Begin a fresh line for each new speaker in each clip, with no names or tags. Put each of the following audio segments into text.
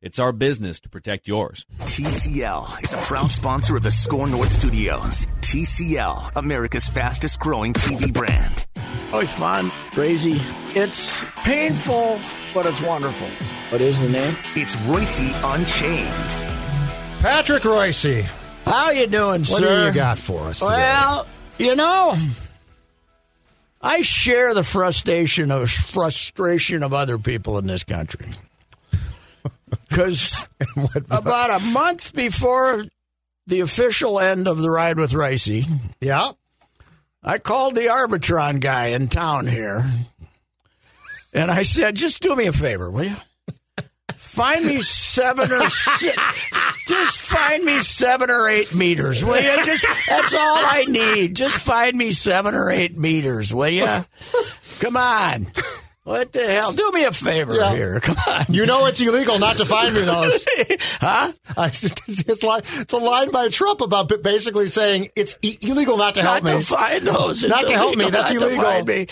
it's our business to protect yours.
TCL is a proud sponsor of the Score North Studios. TCL, America's fastest growing TV brand.
Oh, it's fun, crazy. It's painful, but it's wonderful. What is the name?
It's Royce Unchained.
Patrick Royce, what
How you doing,
do
sir? Uh,
you got for us today?
Well, you know, I share the frustration of frustration of other people in this country. Because about a month before the official end of the ride with Ricey,
yeah.
I called the Arbitron guy in town here, and I said, "Just do me a favor, will you? Find me seven or six. Just find me seven or eight meters, will you? Just that's all I need. Just find me seven or eight meters, will you? Come on." What the hell? Do me a favor
Yeah.
here. Come on.
You know it's illegal not to find me those.
Huh?
I, it's like the line by Trump about ba- basically saying it's i- illegal not to help
not
me.
to find those. It's
Not to help me.
illegal
That's
not to
illegal. Oh.
find me.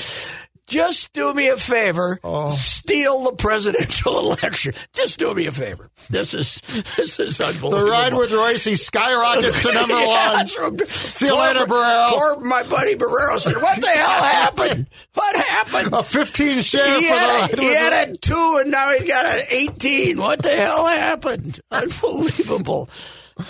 Just do me a favor. Steal the presidential election. Just do me a favor. This is this is unbelievable.
the ride with Royce skyrockets to number
Yeah,
one.
that's from-
See you later,
poor-
Barrero.
Poor my buddy Barrero said, "What the hell happened? What happened?"
A 15 share
He
for the
had,
ride
a, he
with
had
Royce.
a two, and now he's got an eighteen. What the hell happened? Unbelievable,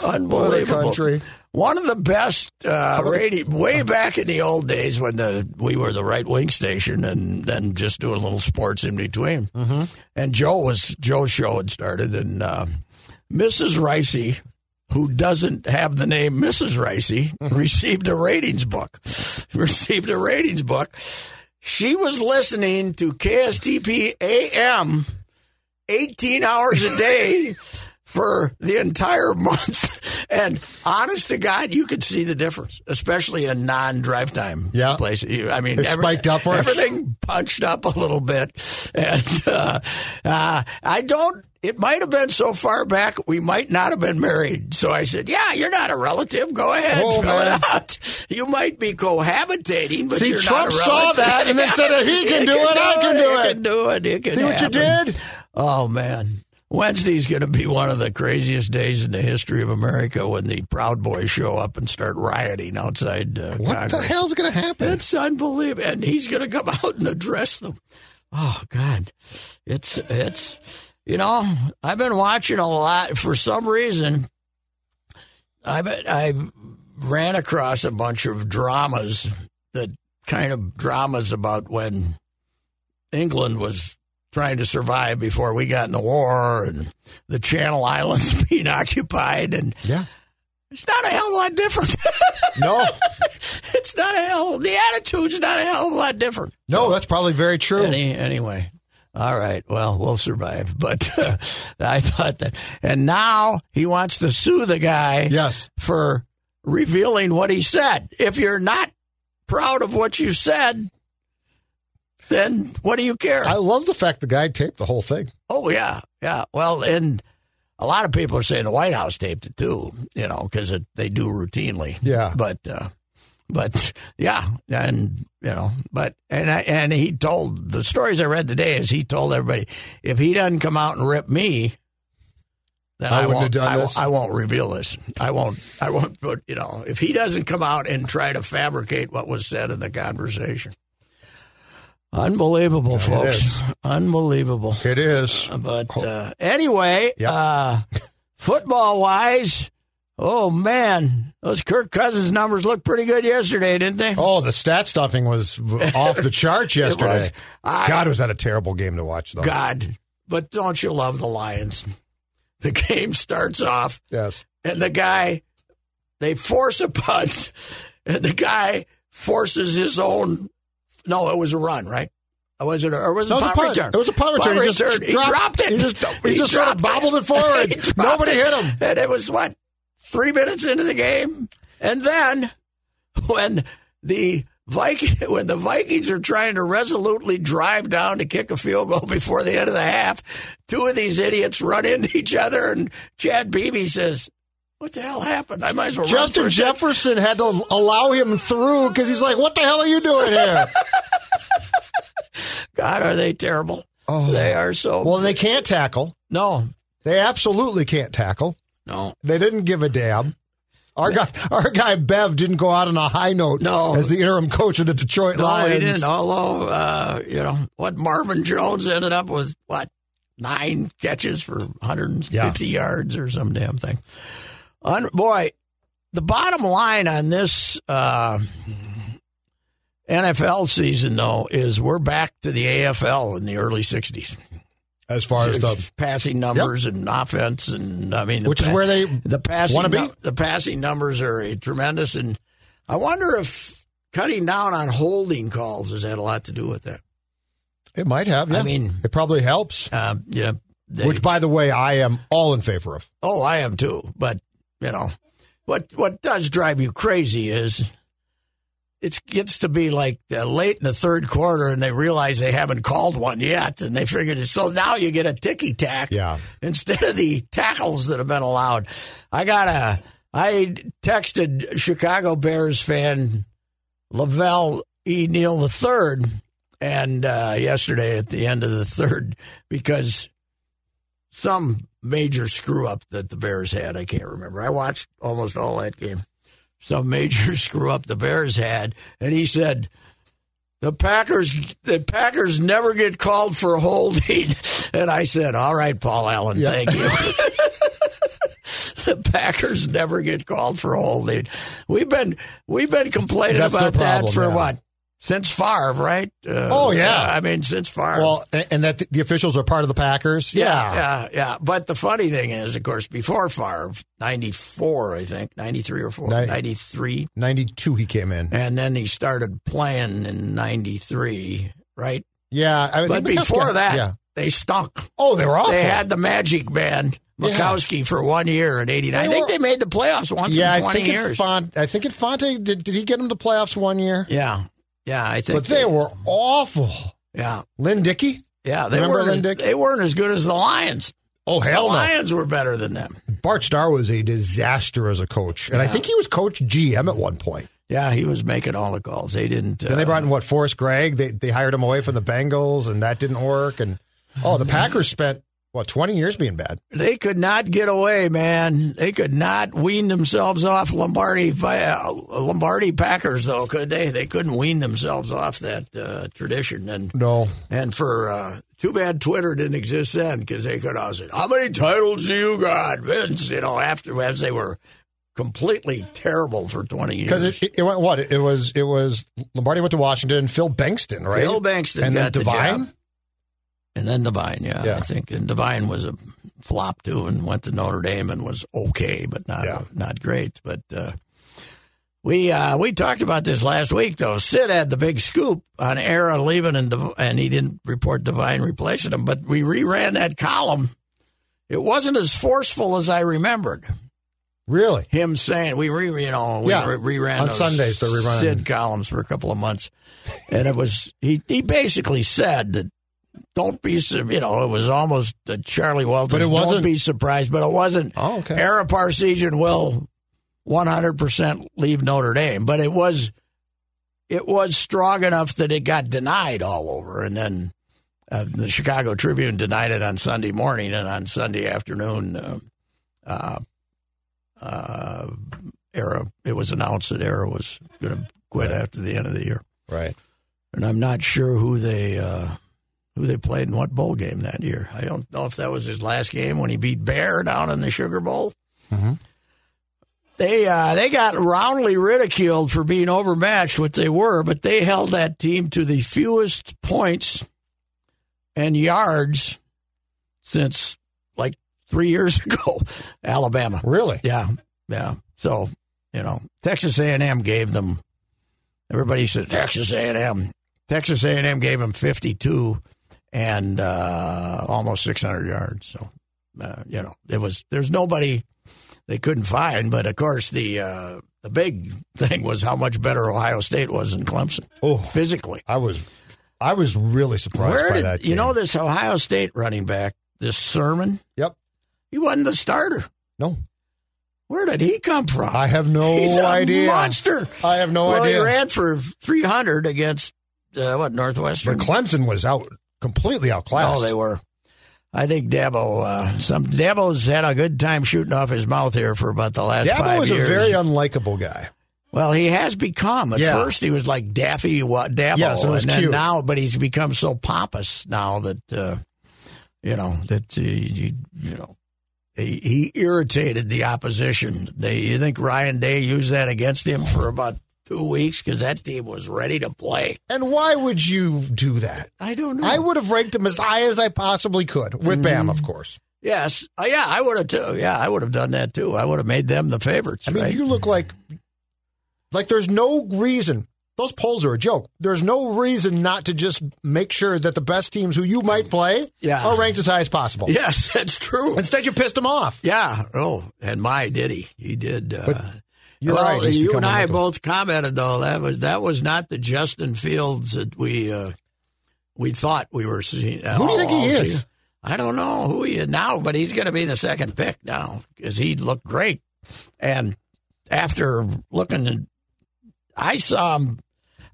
unbelievable.
country.
One of the best uh, radio, way back in the old days when the we were the right wing station, and then just doing little sports in between. Mm-hmm. And Joe was Joe's show had started, and uh, Mrs. Ricey. Who doesn't have the name Mrs. Ricey
Mm-hmm.
received a ratings book. Received a ratings book she was listening to KSTP AM 18 hours a day for the entire month. And honest to God, you could see the difference, especially in non drive time
Yeah.
places. You- I mean,
It spiked up for us.
everything punched up a little bit. And uh, uh, I don't. It might have been so far back we might not have been married. So I said, "Yeah, you're not a relative. Go ahead,
Oh,
fill
man.
it out. You might be cohabitating, but."
See,
you're
Trump
not a
saw
relative.
that and then said, "He can do it, I can do
He
it."
can do it. It can
See what you
happen.
did?
Oh man, Wednesday's going to be one of the craziest days in the history of America when the Proud Boys show up and start rioting outside uh,
What
Congress.
the hell's going to happen?
It's unbelievable, and he's going to come out and address them. Oh God, it's it's you know I've been watching a lot for some reason. I bet I ran across a bunch of dramas, the kind of dramas about when England was trying to survive before we got in the war, and the Channel Islands being occupied, and
yeah.
it's not a hell of a lot different.
No.
it's not a hell. The attitude's not a hell of a lot different.
No, that's probably very true.
Any, anyway, all right. Well, we'll survive. But uh, I thought that, and now he wants to sue the guy
yes.
for revealing what he said. If you're not proud of what you said, then what do you care?
I love the fact the guy taped the whole thing.
oh yeah, yeah. Well, and a lot of people are saying the White House taped it too. You know, because they do routinely.
Yeah.
But uh, but yeah, and you know, but and I, and he told the stories I read today is he told everybody if he doesn't come out and rip me, then
I
I,
wouldn't
won't.
have done
I,
this.
I won't reveal this. I won't. I won't. But you know, if he doesn't come out and try to fabricate what was said in the conversation, unbelievable, folks,
is.
unbelievable.
It is.
But uh, anyway,
Yeah.
uh, football wise, Oh man, those Kirk Cousins numbers looked pretty good yesterday, didn't they?
Oh, the stat stuffing was off the charts yesterday.
was. I-
God, was that a terrible game to watch, though.
God, but don't you love the Lions? The game starts off,
Yes.
and the guy they force a punt, and the guy forces his own. No, it was a run, right? Or was it? Or was it a
No, it was
punt,
a punt.
return?
It was a punt return. He just
He
dropped-
dropped it.
he just- he just sort of
dropped
bobbled it forward.
He dropped
Nobody
it.
hit him.
And it was what three minutes into the game, and then when the Viking, when the Vikings are trying to resolutely drive down to kick a field goal before the end of the half, two of these idiots run into each other, and Chad Beebe says, "What the hell happened? I might as well." run for
Justin
a touchdown."
Jefferson had to allow him through because he's like, "What the hell are you doing here?"
God, are they terrible?
Oh.
They are so.
well, they can't tackle.
no,
They absolutely can't tackle.
no.
They didn't give a damn. Our guy, our guy Bev didn't go out on a high note
No.
as the interim coach of the Detroit
No,
Lions.
he didn't. Although, uh, you know, what Marvin Jones ended up with, what, nine catches for 150 yards or some damn thing. Un- boy, the bottom line on this uh, NFL season, though, is we're back to the AFL in the early 60s.
As far as the
passing numbers and offense, and I mean, the
Which is
pa-
where they
the passing
wanna be.
nu- the passing numbers are uh, tremendous, and I wonder if cutting down on holding calls has had a lot to do with that.
it might have. Yeah.
I mean-
it probably helps.
Um, yeah, they-
Which, by the way, I am all in favor of.
oh, I am too, but you know, what what does drive you crazy is. It gets to be like uh, late in the third quarter, and they realize they haven't called one yet, and they figured it. So now you get a ticky tack.
Yeah.
instead of the tackles that have been allowed. I got a. I texted Chicago Bears fan Lavelle E. Neal III and uh, yesterday at the end of the third because some major screw up that the Bears had. I can't remember. I watched almost all that game. Some major screw up the Bears had, and he said. The Packers, the Packers never get called for holding, and I said, "All right, Paul Allen,
Yeah.
thank you." the Packers never get called for holding. We've been we've been complaining
That's their
about that
problem,
for
yeah.
what since Favre, right? Uh,
Oh, yeah.
I mean since Favre.
Well, and, and that the officials are part of the Packers.
yeah, yeah, yeah. But the funny thing is, of course, before Favre, ninety four, I think, ninety three or four,
Nin-
ninety three,
ninety-two he came in.
and then he started playing in ninety three, right?
Yeah, I
But
think Mikowski-
before that,
yeah.
they stunk.
Oh, they were awful.
They had the Magic Band.
Yeah.
Mikowski for one year in '89. I
They
think
were-
they made the playoffs once
yeah,
in
I
20
think
years.
Infante. I think Infante did. Did he get him to playoffs one year?
Yeah, yeah, I think.
But they were awful.
Yeah,
Lynn Dickey.
yeah, they
Remember
weren't.
Lynn Dick?
They weren't as good as the Lions.
Oh
the
hell no!
Lions were better than them.
Bart Starr was a disaster as a coach, and I think he was coach GM at one point.
Yeah, he was making all the calls. They didn't. Uh,
Then they brought in what Forrest Gregg. They they hired him away from the Bengals, and that didn't work. And oh, the Packers spent what twenty years being bad.
they could not get away, man. They could not wean themselves off Lombardi uh, Lombardi Packers, though, could they? They couldn't wean themselves off that uh, tradition. And
No,
And for uh, too bad Twitter didn't exist then because they could all say, "How many titles do you got, Vince?" You know, after as they were completely terrible for twenty years.
because it, it went what it was. It was Lombardi went to Washington. Phil Bankston, right?
Phil Bankston
and then
got the
Divine.
job. and then Divine, yeah,
Yeah.
I think, and Divine was a flop too, and went to Notre Dame and was okay, but not
Yeah.
not great. But uh, we uh, we talked about this last week, though. Sid had the big scoop on Era leaving, and Div- and he didn't report Divine replacing him. But we reran that column. It wasn't as forceful as I remembered
Really?
him saying we re you know we
Yeah.
re- reran
On
those
Sundays, they're rerunning.
Sid columns for a couple of months, and it was he he basically said that don't be su- you know it was almost a Charlie Walters
But it
don't
wasn't-
be surprised but it wasn't
Oh, okay.
Ara Parsegian will one hundred percent leave Notre Dame but it was it was strong enough that it got denied all over and then. Uh, the Chicago Tribune denied it on Sunday morning, and on Sunday afternoon, uh, uh, Era, it was announced that Era was going to quit after the end of the year,
Right.
and I'm not sure who they uh, who they played in what bowl game that year. I don't know if that was his last game when he beat Bear down in the Sugar Bowl, They uh, they got roundly ridiculed for being overmatched, which they were, but they held that team to the fewest points and yards since like three years ago. Alabama,
Really?
yeah, yeah. So you know, Texas A and M gave them. Everybody said Texas A and M. Texas A and M gave them fifty two and uh, almost six hundred yards. So uh, you know, it was there's nobody they couldn't find. But of course, the uh, the big thing was how much better Ohio State was than Clemson
Oh,
physically.
I was, I was really surprised
Where
by
did
that.
you
game.
know this Ohio State running back? This Sermon,
Yep.
he wasn't the starter.
No,
Where did he come from?
I have no
He's a
idea.
monster.
I have no
well,
idea.
he ran for 300 against uh, what Northwestern.
But Clemson was out completely outclassed.
No, they were. I think Dabo. Uh, some Dabo's had a good time shooting off his mouth here for about the last
Dabo
five
was
years.
a very unlikable guy.
well, he has become. At
Yeah.
first, he was like Daffy what, Dabo,
Yes, it was
and then
cute.
now, but he's become so pompous now that uh, you know that he, he- you know. He, he irritated the opposition. They, you think Ryan Day used that against him for about two weeks because that team was ready to play.
And why would you do that?
I don't know.
I would have ranked him as high as I possibly could, with
Mm-hmm.
Bam, of course.
Yes. Oh, yeah, I would have too. Yeah, I would have done that too. I would have made them the favorites.
I mean,
right?
you look like like there's no reason. Those polls are a joke. There's no reason not to just make sure that the best teams who you might play
Yeah.
are ranked as high as possible.
yes, that's true.
Instead, you pissed them off.
yeah. Oh, and my did he? He did. Uh,
you're
well,
right, he's
you
become
and I
unlikable.
both commented though that was that was not the Justin Fields that we uh, we thought we were seeing.
Who do you think he is?
I don't know who he is now, but he's going to be the second pick now because he looked great. And after looking, at, I saw him,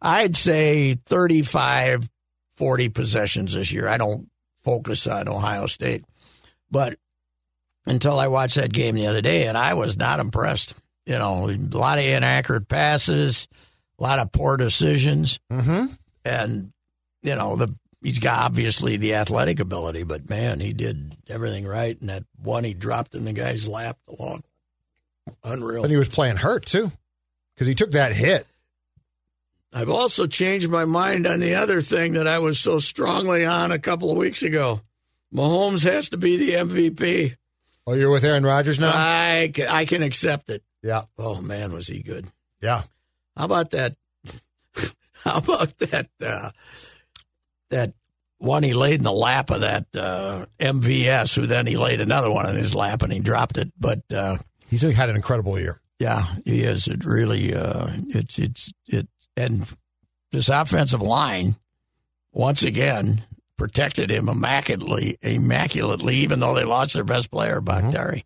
I'd say 35, 40 possessions this year. I don't focus on Ohio State, but until I watched that game the other day, and I was not impressed. You know, a lot of inaccurate passes, a lot of poor decisions
Mm-hmm.
and you know the he's got obviously the athletic ability, but man, he did everything right. And that one he dropped in the guy's lap, the long, unreal.
But he was playing hurt too, because he took that hit.
I've also changed my mind on the other thing that I was so strongly on a couple of weeks ago. Mahomes has to be the MVP.
Oh, you're with Aaron Rodgers now.
I can, I can accept it.
yeah,
Oh man, was he good?
yeah.
How about that? How about that? Uh, that one he laid in the lap of that uh, MVS, who then he laid another one in his lap and he dropped it. But uh,
He's had an incredible year.
yeah, he is. It really, uh, it's it's it, and this offensive line once again protected him immaculately, immaculately, even though they lost their best player, Bakhtari.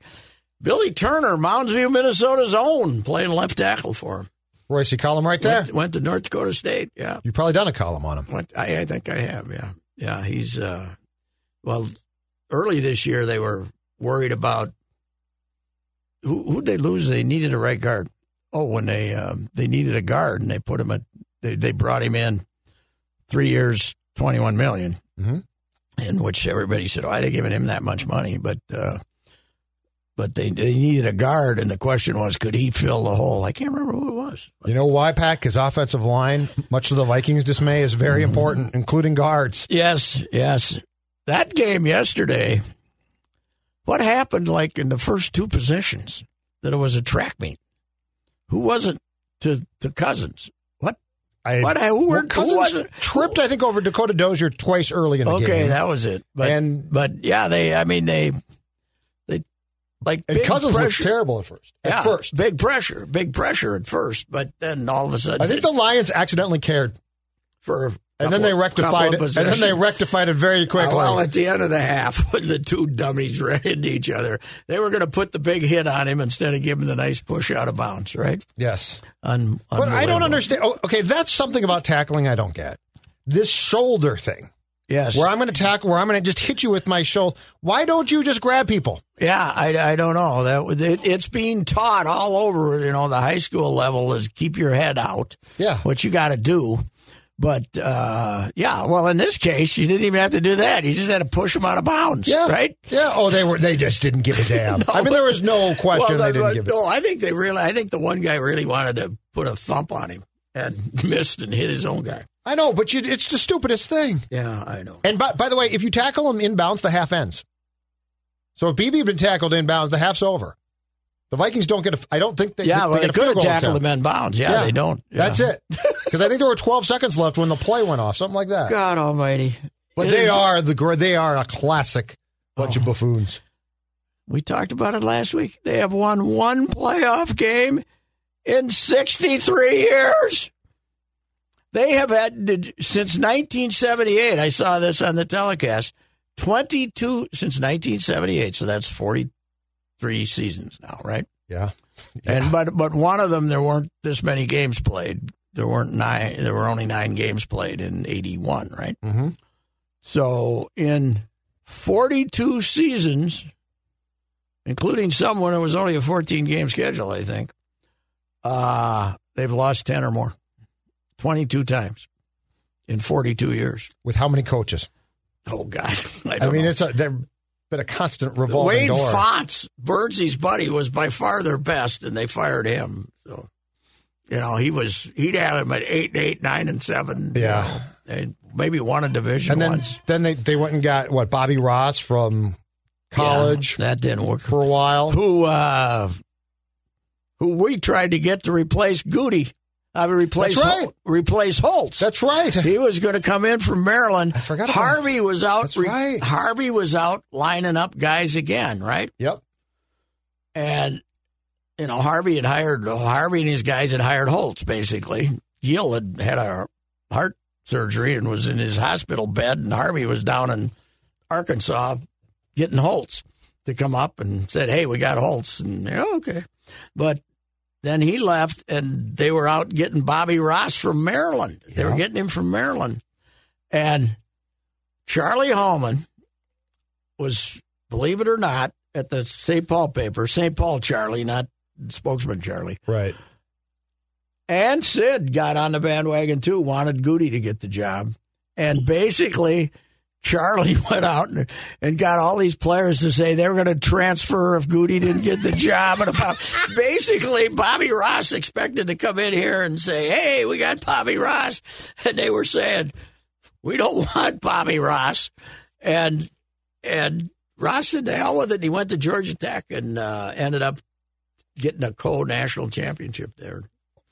Billy Turner, Mounds View, Minnesota's own, playing left tackle for him.
Royce, you column right there.
Went, went to North Dakota State. Yeah,
You've probably done a column on him.
went. I, I think I have. Yeah, yeah. He's uh, well. Early this year, they were worried about who who they lose. They needed a right guard. Oh, when they um, they needed a guard, and they put him at. They they brought him in three years, twenty one million,
Mhm.
in which everybody said, "Why are they giving him that much money?" But uh, but they they needed a guard, and the question was, could he fill the hole? I can't remember who it was.
You know why, Pack? His offensive line, much to the Vikings' dismay, is very important, including guards.
Yes, yes. That game yesterday, what happened like in the first two positions that it was a track meet? Who wasn't to, to Cousins? What?
I,
What- who were- who
Cousins
was it?
tripped, I think, over Dakota Dozier twice early in the game.
Okay, that was it. But,
And-
but yeah, they, I mean, they, they, like,
And
big
Cousins
pressure.
looked terrible at first. At
Yeah,
first,
Big pressure, big pressure at first, but then all of a sudden,
I think the Lions accidentally cared,
for a
and then they
couple- couple
rectified
of
it, and then they
possessions.
rectified it very quickly.
Well, at the end of the half, when the two dummies ran into each other, they were going to put the big hit on him instead of giving the nice push out of bounds, right?
yes,
Un-
but I don't
unbelievable.
understand. Oh, okay, that's something about tackling I don't get. This shoulder thing,
Yes.
where I'm going to tackle, where I'm going to just hit you with my shoulder. Why don't you just grab people?
yeah, I, I don't know. That was- it, It's being taught all over, you know, the high school level is keep your head out,
Yeah.
what you got to do. But uh, yeah, well, in this case, you didn't even have to do that. You just had to push them out of bounds,
Yeah.
right?
Yeah. Oh, they were. They just didn't give a damn. I mean, there was no question
Well,
they didn't
but-
give a.
no, I think they really. I think the one guy really wanted to put a thump on him and missed and hit his own guy.
I know, but you, it's the stupidest thing.
Yeah, I know.
And by, by the way, if you tackle him inbounds, the half ends. So if BB had been tackled inbounds, the half's over. The Vikings don't get a. I don't think they.
yeah,
they,
well,
get
they
a field
could have
goal
tackled
attempt.
him in bounds. Yeah,
Yeah.
they don't.
That's
Yeah.
it. Because I think there were 12 seconds left when the play went off, something like that.
God Almighty!
But
It
they
is- Oh.
are the gr- they are a classic bunch of buffoons.
We talked about it last week. They have won one playoff game in 63 years. They have had did- since 1978. I saw this on the telecast. 22 since 1978. So that's 43 seasons now, right?
Yeah.
And but but one of them there weren't this many games played. There weren't nine. There were only nine games played in '81, right?
hmm
So in 42 seasons, including some when it was only a 14 game schedule, I think, uh, they've lost 10 or more, 22 times in 42 years.
With how many coaches?
Oh God! I,
I,
don't
mean,
know.
it's a, they've been a constant revolving
Wade
door.
Fotz, Birdse's buddy, was by far their best, and they fired him. So, you know, he was he'd had him at eight and eight, nine and seven. you
Yeah.
know. they maybe won a division
and then
once.
then they, they went and got what Bobby Ross from college
Yeah, that didn't work.
for a while.
Who, uh, who we tried to get to replace Goody? I mean, replace
That's right.
Hol- replace Holtz.
That's right.
He was going to come in from Maryland.
I forgot about-
Harvey was out.
That's right.
Harvey was out lining up guys again, right?
Yep.
And you know, Harvey had hired Harvey and his guys had hired Holtz basically. Gill had had a heart surgery and was in his hospital bed, and Harvey was down in Arkansas getting Holtz to come up and said, "Hey, we got Holtz," and yeah, okay, but. Then he left, and they were out getting Bobby Ross from Maryland. They were
Yeah.
getting him from Maryland, and Charlie Hallman was, believe it or not, at the St. Paul paper, St. Paul Charlie, not spokesman Charlie.
Right.
And Sid got on the bandwagon too, wanted Goody to get the job. And basically, Charlie went out and, and got all these players to say they were going to transfer if Goody didn't get the job. And about, basically, Bobby Ross expected to come in here and say, hey, we got Bobby Ross. And they were saying, we don't want Bobby Ross. And and Ross said, the hell with it. And he went to Georgia Tech and uh, ended up getting a co-national championship there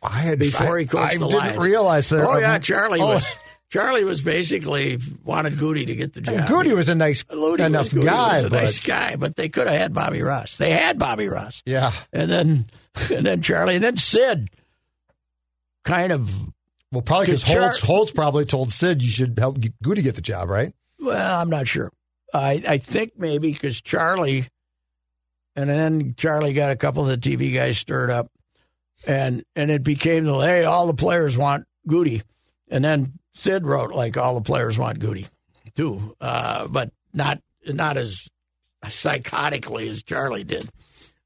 I had
before
I,
he coached
I
the
didn't
Lions.
realize that.
Oh yeah, Charlie
Oh,
was Charlie was basically wanted Goody to get the job.
and Goody was a nice
Goody was-
enough
Goody
guy,
was a
but
nice guy, but they could have had Bobby Ross. They had Bobby Ross,
yeah,
and then and then Charlie, and then Sid, kind of.
well, probably because
Could Char-
Holtz, Holtz probably told Sid you should help get Goody get the job, right?
Well, I'm not sure. I I think maybe because Charlie, and then Charlie got a couple of the TV guys stirred up, and and it became the hey, all the players want Goody, and then Sid wrote like all the players want Goody, too, uh, but not not as psychotically as Charlie did,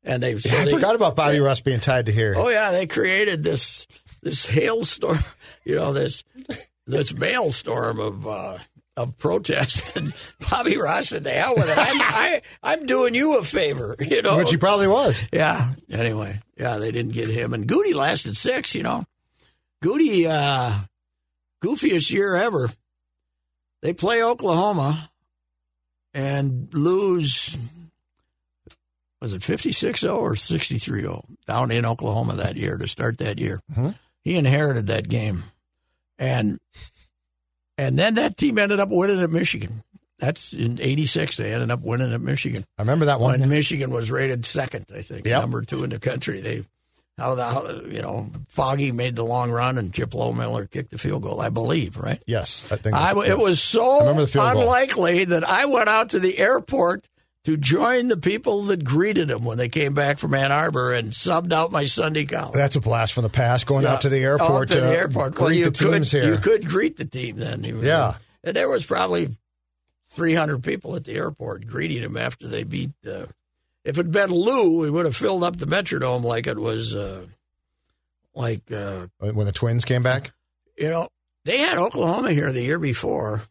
and they so
I
they-
forgot about Bobby Ross being tied to here.
Oh yeah, they created this this hailstorm, you know this this maelstrom of uh, of protest. And Bobby Ross said, "The hell with it! I'm, I, I'm doing you a favor," you know.
Which he probably was.
yeah. Anyway, yeah, they didn't get him, and Goody lasted six. You know, Goody, uh, goofiest year ever. They play Oklahoma and lose was it 56 0 or 63 0 down in Oklahoma that year to start that year.
Mhm.
He inherited that game. And and then that team ended up winning at Michigan. That's in 86. They ended up winning at Michigan.
I remember that one.
When Michigan was rated second, I think,
Yep.
number two in the country. They, how the, how, you know, Foggy made the long run and Chip Miller kicked the field goal, I believe, right?
Yes, I think
I,
yes.
it was
I
so
remember the field goal.
unlikely that I went out to the airport to join the people that greeted him when they came back from Ann Arbor and subbed out my Sunday collar.
That's a blast from the past. Going
Yeah.
out to the airport
Out to
to
the airport.
greet
Well, you
the
could,
teams here.
You could greet the team then. You-
Yeah.
And there was probably 300 people at the airport greeting him after they beat. Uh, if it had been Lou, we would have filled up the Metrodome like it was, uh, like, uh,
When the Twins came back,
you know, They had Oklahoma here the year before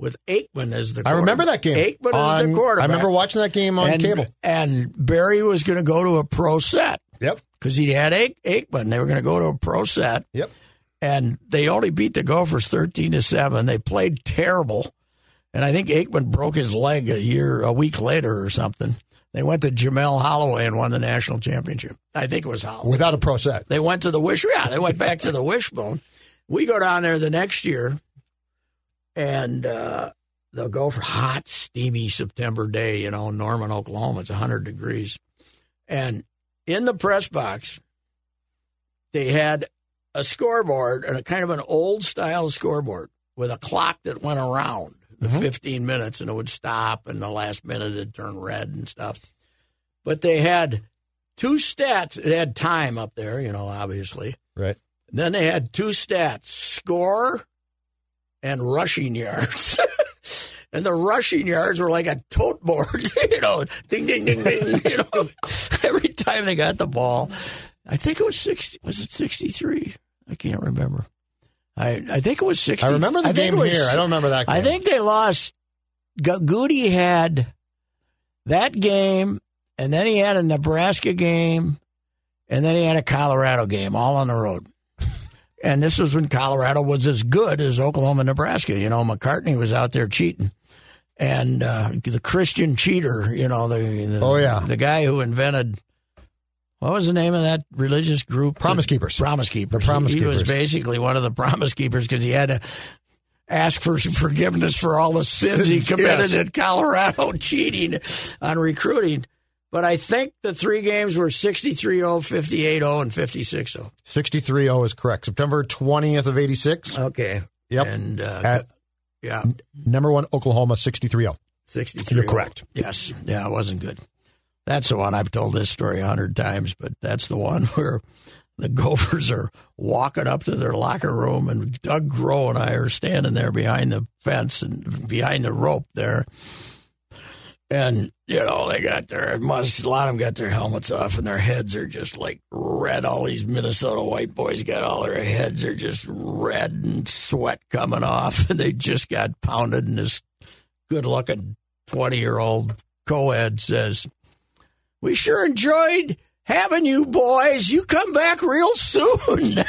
with Aikman as the
I remember
quarter-
that game.
Aikman as
On-
the quarterback.
I remember watching that game on
and,
cable.
And Barry was going to go to a pro set
Yep.
because he had Aik- Aikman. They were going to go to a pro set,
Yep.
and they only beat the Gophers 13 to 7. They played terrible. And I think Aikman broke his leg a year, a week later or something. They went to Jamel Holloway and won the national championship. I think it was Holloway.
Without a pro set.
They went to the wish. Yeah, they went back to the wishbone. We go down there the next year, and uh, they'll go for hot, steamy September day. You know, Norman, Oklahoma. It's hundred degrees, and in the press box, they had a scoreboard and a kind of an old style scoreboard with a clock that went around the 15 minutes and it would stop and the last minute it'd turn red and stuff. But they had two stats. They had time up there, you know, obviously.
Right.
Then they had two stats score and rushing yards. and the rushing yards were like a tote board, you know, ding, ding, ding, ding, you know, every time they got the ball. I think it was 60, was it 63? I can't remember. I, I think it was 60.
I remember the
think
game
it was-
here. I don't remember that game.
I think they lost. Gu- Goody had that game, and then he had a Nebraska game, and then he had a Colorado game, all on the road. And this was when Colorado was as good as Oklahoma, and Nebraska. You know, McCartney was out there cheating, and uh, the Christian cheater. You know, the, the
Oh, yeah.
the guy who invented what was the name of that religious group?
Promise Keepers.
Promise Keepers.
The Promise
he, he was
Keepers.
basically one of the Promise Keepers because he had to ask for forgiveness for all the sins he
Yes.
committed in Colorado cheating on recruiting. But I think the three games were 63 0, 58 0, oh, and 56 0.
63 0 is correct. September 20th of 86.
Okay.
Yep.
And, uh,
At-
yeah,
Number one, Oklahoma, oh. 63 0.
63.
You're correct.
Yes. Yeah, it wasn't good. That's the one I've told this story a hundred times, but that's the one where the Gophers are walking up to their locker room, and Doug Groh and I are standing there behind the fence and behind the rope there. And, you know, they got their, must, a lot of them got their helmets off and their heads are just like red. All these Minnesota white boys got all their heads are just red and sweat coming off. And they just got pounded. And this good looking 20 year old co ed says, We sure enjoyed having you boys. You come back real soon. and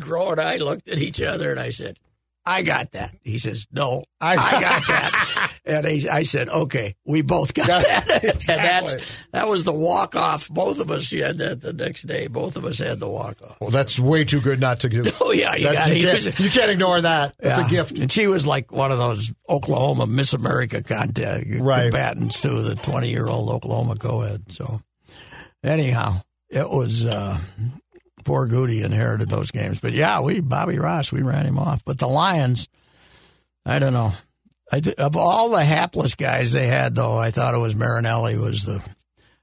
Groh and I looked at each other and I said, I got that. He says, No, I, got that. and he, I said, Okay, we both got
Yeah,
that.
exactly.
and that's, that was the walk off. Both of us had that the next day. Both of us had the walk off.
Well, that's way too good not to do.
Oh, yeah, you got it.
That's- you,
He
can't,
was-
you can't ignore that. That's a
yeah.
gift.
And she was like one of those Oklahoma Miss America contest
Right.
combatants too, the twenty year old Oklahoma co ed. So anyhow, it was uh poor Goody inherited those games. But yeah, we Bobby Ross, we ran him off. But the Lions, I don't know. I th- of all the hapless guys they had though, I thought it was Marinelli was the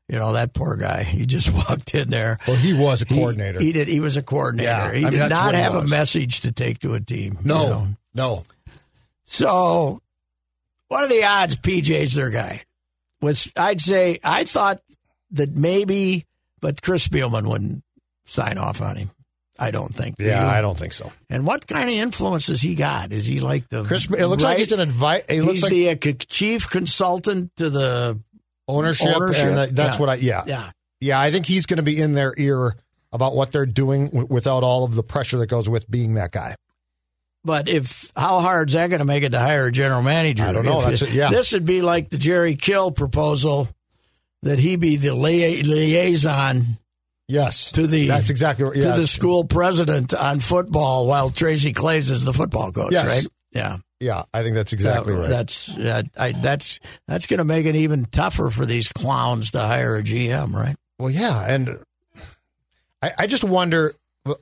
you know, that poor guy. He just walked in there.
Well, he was a
He-
coordinator.
He, did. He was a coordinator.
Yeah,
he
I mean,
did
that's
not
what he
have a
was.
message to take to a team. you
no,
know.
no.
So, what are the odds PJ's their guy? With I'd say I thought that maybe, but Chris Spielman wouldn't sign off on him. I don't think. Do
Yeah,
you?
I don't think so.
and what kind of influence has he got? Is he like the
Chris, it looks like
right-
he's an advice. He looks
he's
like
the uh, c- chief consultant to the
ownership.
ownership,
and that- that's
yeah.
what I. Yeah, yeah.
yeah.
I think he's going to be in their ear about what they're doing w- without all of the pressure that goes with being that guy.
But if how hard's that going to make it to hire a general manager?
I don't know.
If
That's
it-
it. Yeah.
this would be like the Jerry Kill proposal that he be the lia- liaison
Yes,
to the
that's exactly. Right. Yes.
to the school president on football while Tracy Clays is the football coach,
Yes.
right? Yeah,
Yeah, I think that's exactly
That-
right.
That's that, I, that's that's going to make it even tougher for these clowns to hire a GM, right?
Well, yeah, and I, I just wonder uh,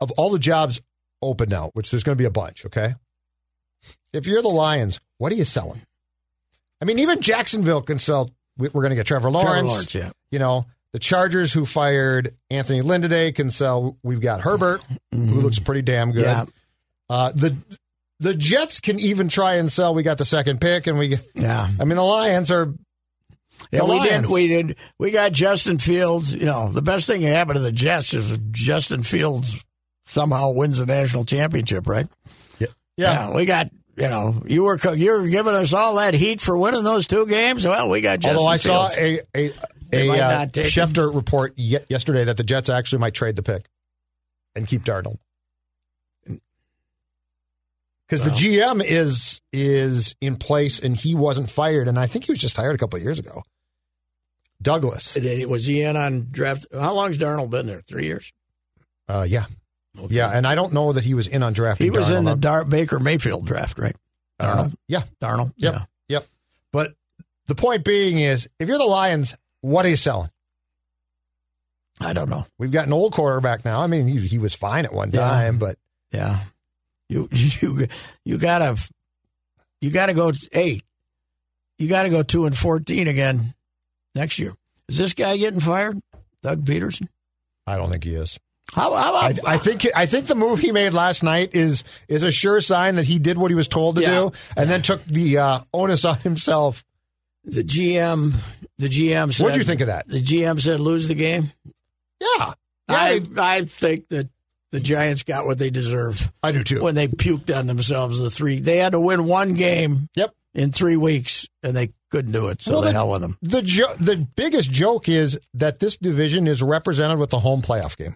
of all the jobs open now, which there's going to be a bunch. Okay, if you're the Lions, what are you selling? I mean, even Jacksonville can sell. we- We're going to get Trevor Lawrence.
Trevor Lawrence, yeah.
You know, the Chargers who fired Anthony Lynn today can sell. We've got Herbert, who looks pretty damn good.
Yeah.
Uh, the the Jets can even try and sell. We got the second pick, and we.
Yeah,
I mean, the Lions are
yeah we did.
Lions.
We did. We got Justin Fields. You know, the best thing that happened to the Jets is Justin Fields somehow wins the national championship, right?
Yeah.
we got. You know, you were co- you were giving us all that heat for winning those two games. Well, we got. Justin
Although I saw
Fields.
a a,
They
a,
might
uh,
not take him.
Schefter report ye- yesterday that the Jets actually might trade the pick and keep Darnold because the GM is is in place and he wasn't fired and I think he was just hired a couple of years ago. Douglas,
Did he- was he in on draft? How long's Darnold been there? Three years.
uh, yeah, yeah, and I don't know that he was in on drafting.
He was in the
Darnold.
Dar- Baker Mayfield draft, right?
Uh,
Darnold.
yeah,
Darnold.
Yep.
Yeah.
Yep. But the point being is, if you're the Lions, what are you selling?
I don't know.
We've got an old quarterback now. I mean, he, he was fine at one
Yeah.
time, but
Yeah. You you you gotta you gotta go eight. You gotta go two and fourteen again next year. Is this guy getting fired? Doug Peterson?
I don't think he is.
How, how
I,
about
I think I think the move he made last night is is a sure sign that he did what he was told to
Yeah.
do, and then took the uh, onus on himself.
the GM? The GM said.
What'd you think of that?
The GM said lose the game.
Yeah, yeah
I
they-
I think that the Giants got what they deserved
I do too.
when they puked on themselves. The three they had to win one game
Yep.
in three weeks, and they couldn't do it. So
Well,
the
that-
hell with them.
The jo- the biggest joke is that this division is represented with the home playoff game.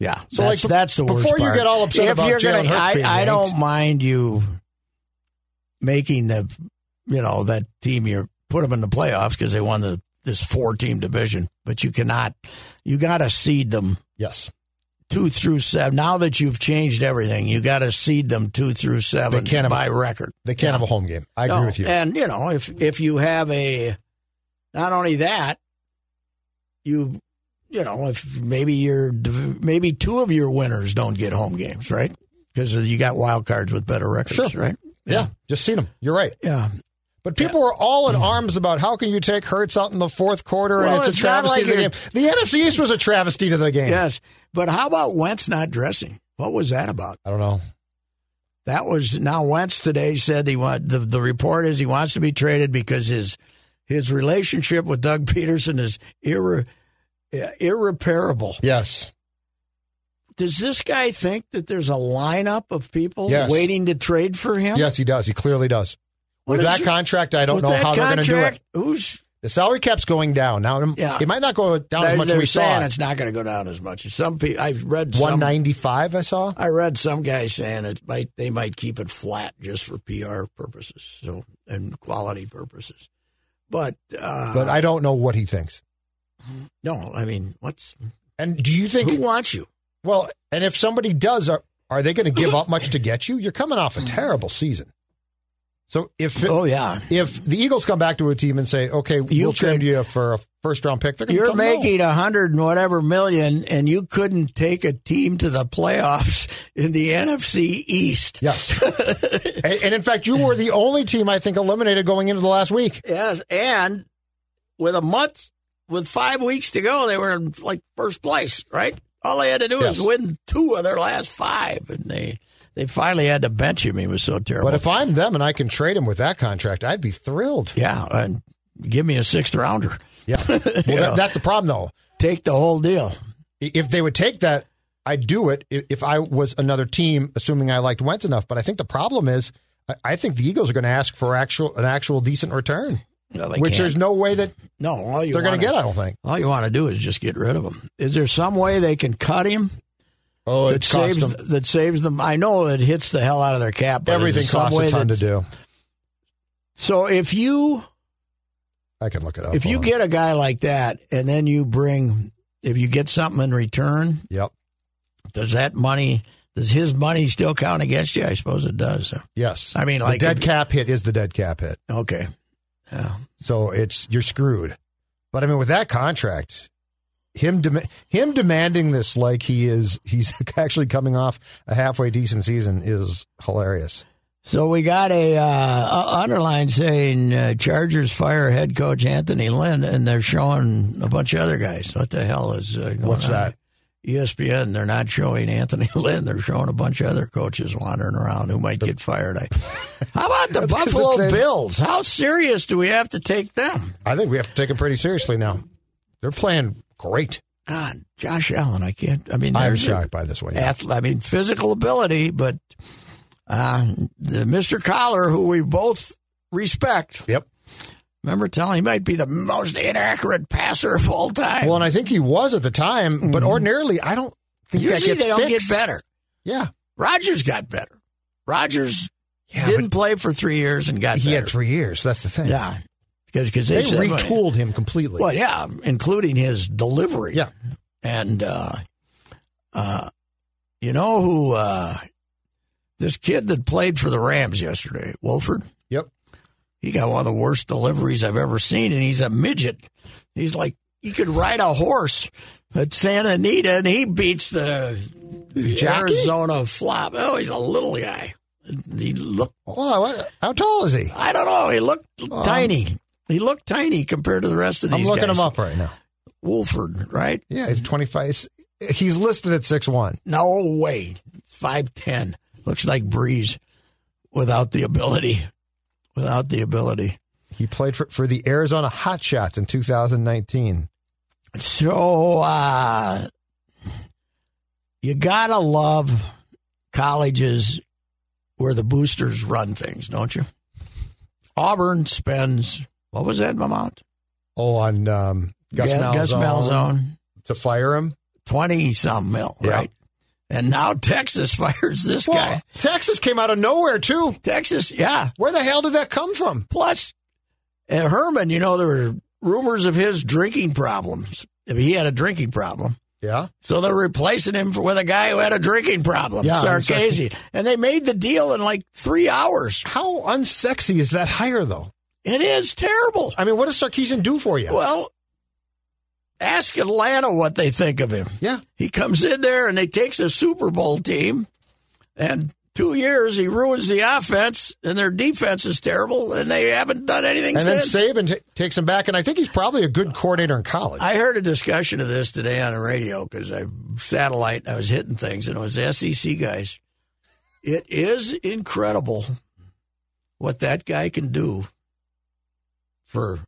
Yeah,
So,
that's
like,
that's the worst
before you
part.
get all upset
if
about
you're
Jalen Hurts being
I, I
yanked.
don't mind you making the you know that team you put them in the playoffs because they won the this four team division, but you cannot you got to seed them
Yes,
two through seven. Now that you've changed everything, you got to seed them two through seven
They can't have-
by record.
they can't have a home game. I agree
No, Eh.
with you.
And you know, if if you have a not only that, you you know, if maybe your div- maybe two of your winners don't get home games, right? Because you got wild cards with better records,
Sure.
right?
yeah. just seen him. You're right.
Yeah.
But people were all in arms about how can you take Hurts out in the fourth quarter
Well,
and it's,
it's
a
not
travesty
like
to the
you're-
game. The NFC East was a travesty to the game.
Yes. But how about Wentz not dressing? What was that about?
I don't know.
That was now Wentz today said he want the, the report is he wants to be traded because his his relationship with Doug Peterson is irre, irreparable.
Yes.
does this guy think that there's a lineup of people
Yes.
waiting to trade for him?
Yes, he does. He clearly does.
What
With
is
that
it-
contract, I don't
With
know
that
how they're going to do it.
contract, Who's
The salary cap's going down. Now, it-
Yeah.
it might not go down as
they're-
much as
they're
we
saying
saw.
It's not going to go down as much. Some people I've read some.
195, I saw.
I read some guy saying it might they might keep it flat just for PR purposes, so and quality purposes. But uh,
But I don't know what he thinks.
no, I mean, what's
And do you think,
who wants you?
well, and if somebody does, are, are they going to give up much to get you? You're coming off a terrible season. So if
Oh yeah,
if the Eagles come back to a team and say, okay,
You
we'll trade
could-
you for a first round pick, they're going to
You're making a hundred and whatever million, and you couldn't take a team to the playoffs in the NFC East.
Yes. and, and in fact, you were the only team I think eliminated going into the last week.
Yes, and with a month, with five weeks to go, they were in like first place, right? All they had to do was
Yes.
win two of their last five, and they they finally had to bench him. He was so terrible.
But if I'm them and I can trade him with that contract, I'd be thrilled.
yeah, and give me a sixth rounder,
Yeah. Well, that, that's the problem, though.
take the whole deal.
I- If they would take that, I'd do it i- if I was another team, assuming I liked Wentz enough. But I think the problem is, I- I think the Eagles are going to ask for actual an actual decent return,
No, they
which
can't.
there's no way that
no. All you
they're going
wanna-
to get. I don't think.
All you want to do is just get rid of him. Is there some way they can cut him?
Oh,
that saves that saves them. I know it hits the hell out of their cap. But is there
Everything
some
costs
way
a ton
that-
to do.
So if you
I can look it up.
if you
Hold on.
get a guy like that, and then you bring if you get something in return,
yep,
does that money does his money still count against you? I suppose it does.
yes.
I mean,
the
like
dead
if-
cap hit is the dead cap hit.
Okay, yeah.
So it's you're screwed. But I mean, with that contract, him dem- him demanding this like he is he's actually coming off a halfway decent season is hilarious.
So we got a uh, u- underline saying uh, Chargers fire head coach Anthony Lynn, and they're showing a bunch of other guys. What the hell is uh, going
What's
on?
that?
E ESPN. They're not showing Anthony Lynn. They're showing a bunch of other coaches wandering around who might get fired. I, how about the
That's 'cause
Buffalo
it says-
Bills? How serious do we have to take them?
I think we have to take him pretty seriously now. They're playing great.
God, Josh Allen, I can't. I mean,
I'm
there's a-
shocked by this one. yeah.
ath- I mean, physical ability, but uh, the Mr. Collar, who we both respect,
Yep.
remember telling he might be the most inaccurate passer of all time.
Well, and I think he was at the time, but ordinarily, I don't think that
Mm-hmm. Usually
gets
they don't
fixed.
get better.
Yeah.
Rogers got better. Rogers
Yeah,
didn't play for three years and got
He
better.
had three years. That's the thing.
yeah, because they,
They
said, well,
retooled him completely.
Well, yeah, including his delivery.
Yeah.
And uh, uh, you know who uh, this kid that played for the Rams yesterday, Wolford.
Yep.
He got one of the worst deliveries I've ever seen, and he's a midget. He's like he could ride a horse at Santa Anita, and he beats the, the
jockey?
Arizona flop. Oh, he's a little guy. He looked
Hold on. What, how tall is he?
I don't know. He looked tiny. He looked tiny compared to the rest of these
I'm looking
guys.
him up right now.
Wolford, right?
Yeah, he's 25. He's- He's listed at six one.
No way. Five ten. Looks like Breeze without the ability. Without the ability.
He played for, for the Arizona Hotshots in 2019.
So uh you gotta love colleges where the boosters run things, don't you? Auburn spends what was that amount?
Oh, on um, Gus,
Gu-
Malzahn
Gus Malzone.
to fire him.
20 some mil,
Yeah.
right? And now Texas fires this
Well,
guy.
Texas came out of nowhere too.
Texas, yeah.
Where the hell did that come from?
Plus, uh, Herman, you know, there were rumors of his drinking problems. If he had a drinking problem.
Yeah,
So they're replacing him for, with a guy who had a drinking problem,
Yeah, I'm sorry.
Sarkeesian. And they made the deal in like three hours.
how unsexy is that hire though?
It is terrible.
I mean, what does Sarkeesian do for you?
Well, ask Atlanta what they think of him.
yeah,
He comes in there and they takes a Super Bowl team, and two years he ruins the offense, and their defense is terrible, and they haven't done anything
and then
since.
Saban t- takes him back, and I think he's probably a good coordinator in college.
I heard a discussion of this today on the radio because I satellite and I was hitting things, and it was SEC guys. It is incredible what that guy can do for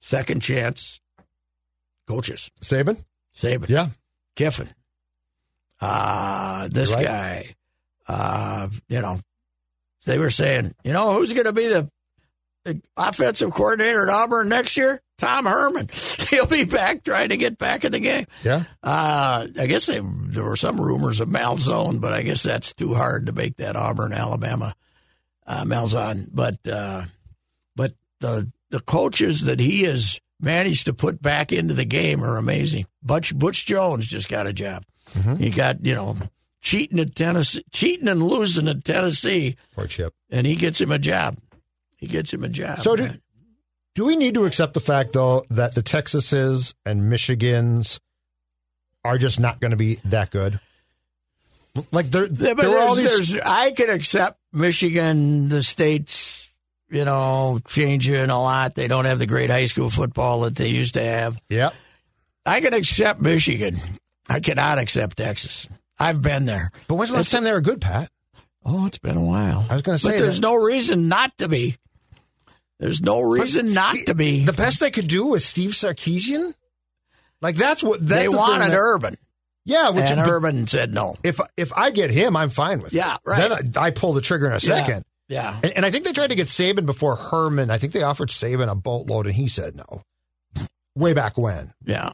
second chance coaches.
Saban,
Saban.
yeah,
Kiffin. Uh, this
You're right.
guy. Uh, you know, they were saying, you know, who's going to be the, the offensive coordinator at Auburn next year? Tom Herman. He'll be back trying to get back in the game.
yeah.
Uh, I guess they, there were some rumors of Malzone, but I guess that's too hard to make that Auburn, Alabama uh, Malzone. But uh, but the the coaches that he has managed to put back into the game are amazing. Butch Butch Jones just got a job. He got you know cheating at Tennessee, cheating and losing at Tennessee,
Poor Chip.
and he gets him a job. He gets him a job.
So do,
man.
do we need to accept the fact though that the Texases and Michigans are just not going to be that good? Like there,
Yeah,
there
but
were all
there's-
these.
there's- I can accept Michigan, the state's, you know, changing a lot. They don't have the great high school football that they used to have.
Yeah,
I can accept Michigan. I cannot accept Texas. I've been there.
but when's the last time they were good, Pat?
Oh, it's been a while.
I was gonna say
but there's
that-
no reason not to be. There's no reason not to be.
The best they could do was Steve Sarkeesian. Like that's what that's
they
the thing
wanted
that-
Urban,
Yeah, which
and
but
Urban said no.
if if I get him, I'm fine with. it.
Yeah, right.
Then I, I pull the trigger in a second.
Yeah.
And, and I think they tried to get Saban before Herman. I think they offered Saban a boatload, and he said no. Way back when,
Yeah.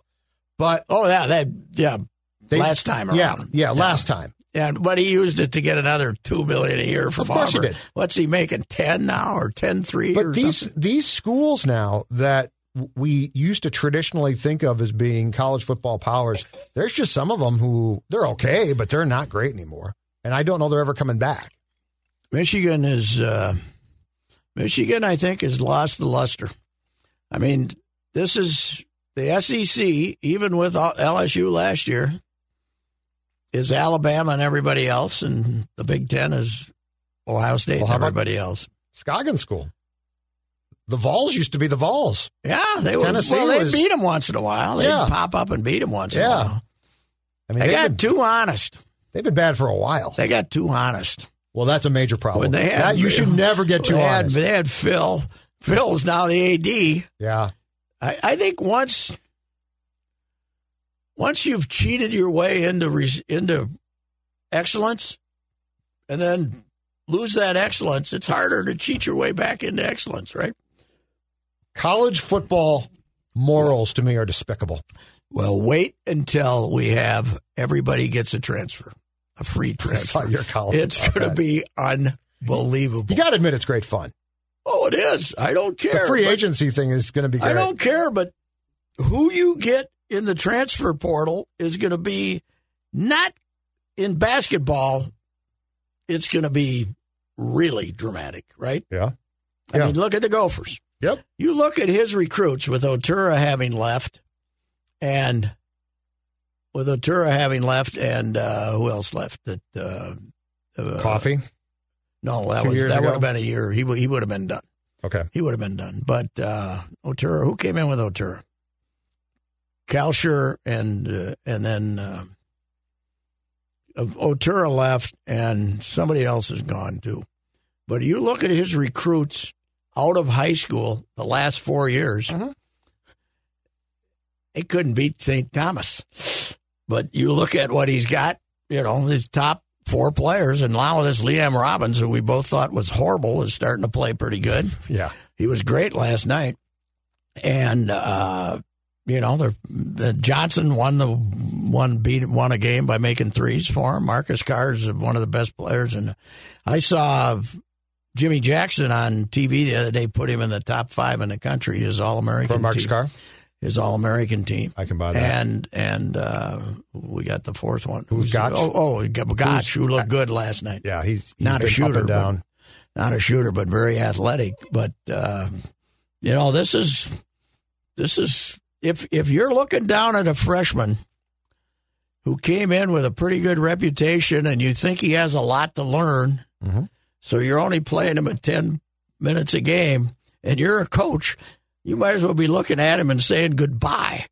but
Oh, yeah. That, yeah.
they,
last time around.
yeah, yeah, last time.
And but he used it to get another two million a year from
Of course he
Auburn.
did.
What's he making? Ten now or ten three? or
But these
something?
these schools now that w- we used to traditionally think of as being college football powers, there's just some of them who they're okay, but they're not great anymore. And I don't know they're ever coming back.
Michigan is uh, Michigan. I think has lost the luster. I mean, this is the SEC. Even with all- LSU last year, is Alabama and everybody else, and the Big Ten is Ohio State
Well, how
and
about-
everybody else.
Scoggin School. The Vols used to be the Vols.
Yeah, they were.
Tennessee
Well, they
was-
beat them once in a while. They
Yeah.
would pop up and beat them once in a
Yeah.
while.
I mean,
They
they've,
got
been,
too honest.
they've been bad for a while.
They got too honest.
Well, that's a major problem.
When they had,
That- you should never get too
they had,
honest.
They had Phil. Phil's now the AD.
Yeah,
I, I think once once you've cheated your way into res- into excellence, and then lose that excellence, it's harder to cheat your way back into excellence, right?
College football morals to me are despicable.
Well, wait until we have everybody gets a transfer, a free transfer.
your column
It's
about
going to
that.
be unbelievable.
You got to admit it's great fun.
oh, it is. I don't
The
care.
free
but-
agency thing is going to be great.
I don't care, but who you get in the transfer portal is going to be not in basketball. It's going to be really dramatic, right?
Yeah.
I
Yeah.
mean, look at the Gophers.
Yep.
You look at his recruits with Otura having left, and with Otura having left, and uh, who else left? That uh, uh,
Coffee.
No, that
Two
was
years
that
ago?
would have been a year. He would he would have been done.
Okay.
He would have been done. But uh, Otura, who came in with Otura? Kalsher and uh, and then uh, Otura left, and somebody else is gone too. But you look at his recruits out of high school the last four years, they couldn't beat St. Thomas. But you look at what he's got, you know, his top four players, and now this Liam Robbins, who we both thought was horrible, is starting to play pretty good.
Yeah.
He was great last night, and uh, you know, they're- the Johnson won the one beat won a game by making threes for him. Marcus Carr is one of the best players, and I saw Jimmy Jackson on TV the other day put him in the top five in the country. His All American
From Marcus Carr.
his All American team.
I can buy that.
And and uh, we got the fourth one.
Who's Gotch?
Oh, oh Gotch, who looked good last night.
yeah. He's, he's
Not a
been
shooter,
Up and
but-
down.
Not a shooter, but very athletic. But uh, you know, this is this is if if you're looking down at a freshman who came in with a pretty good reputation and you think he has a lot to learn,
Mhm.
so you're only playing him at ten minutes a game, and you're a coach, you might as well be looking at him and saying goodbye,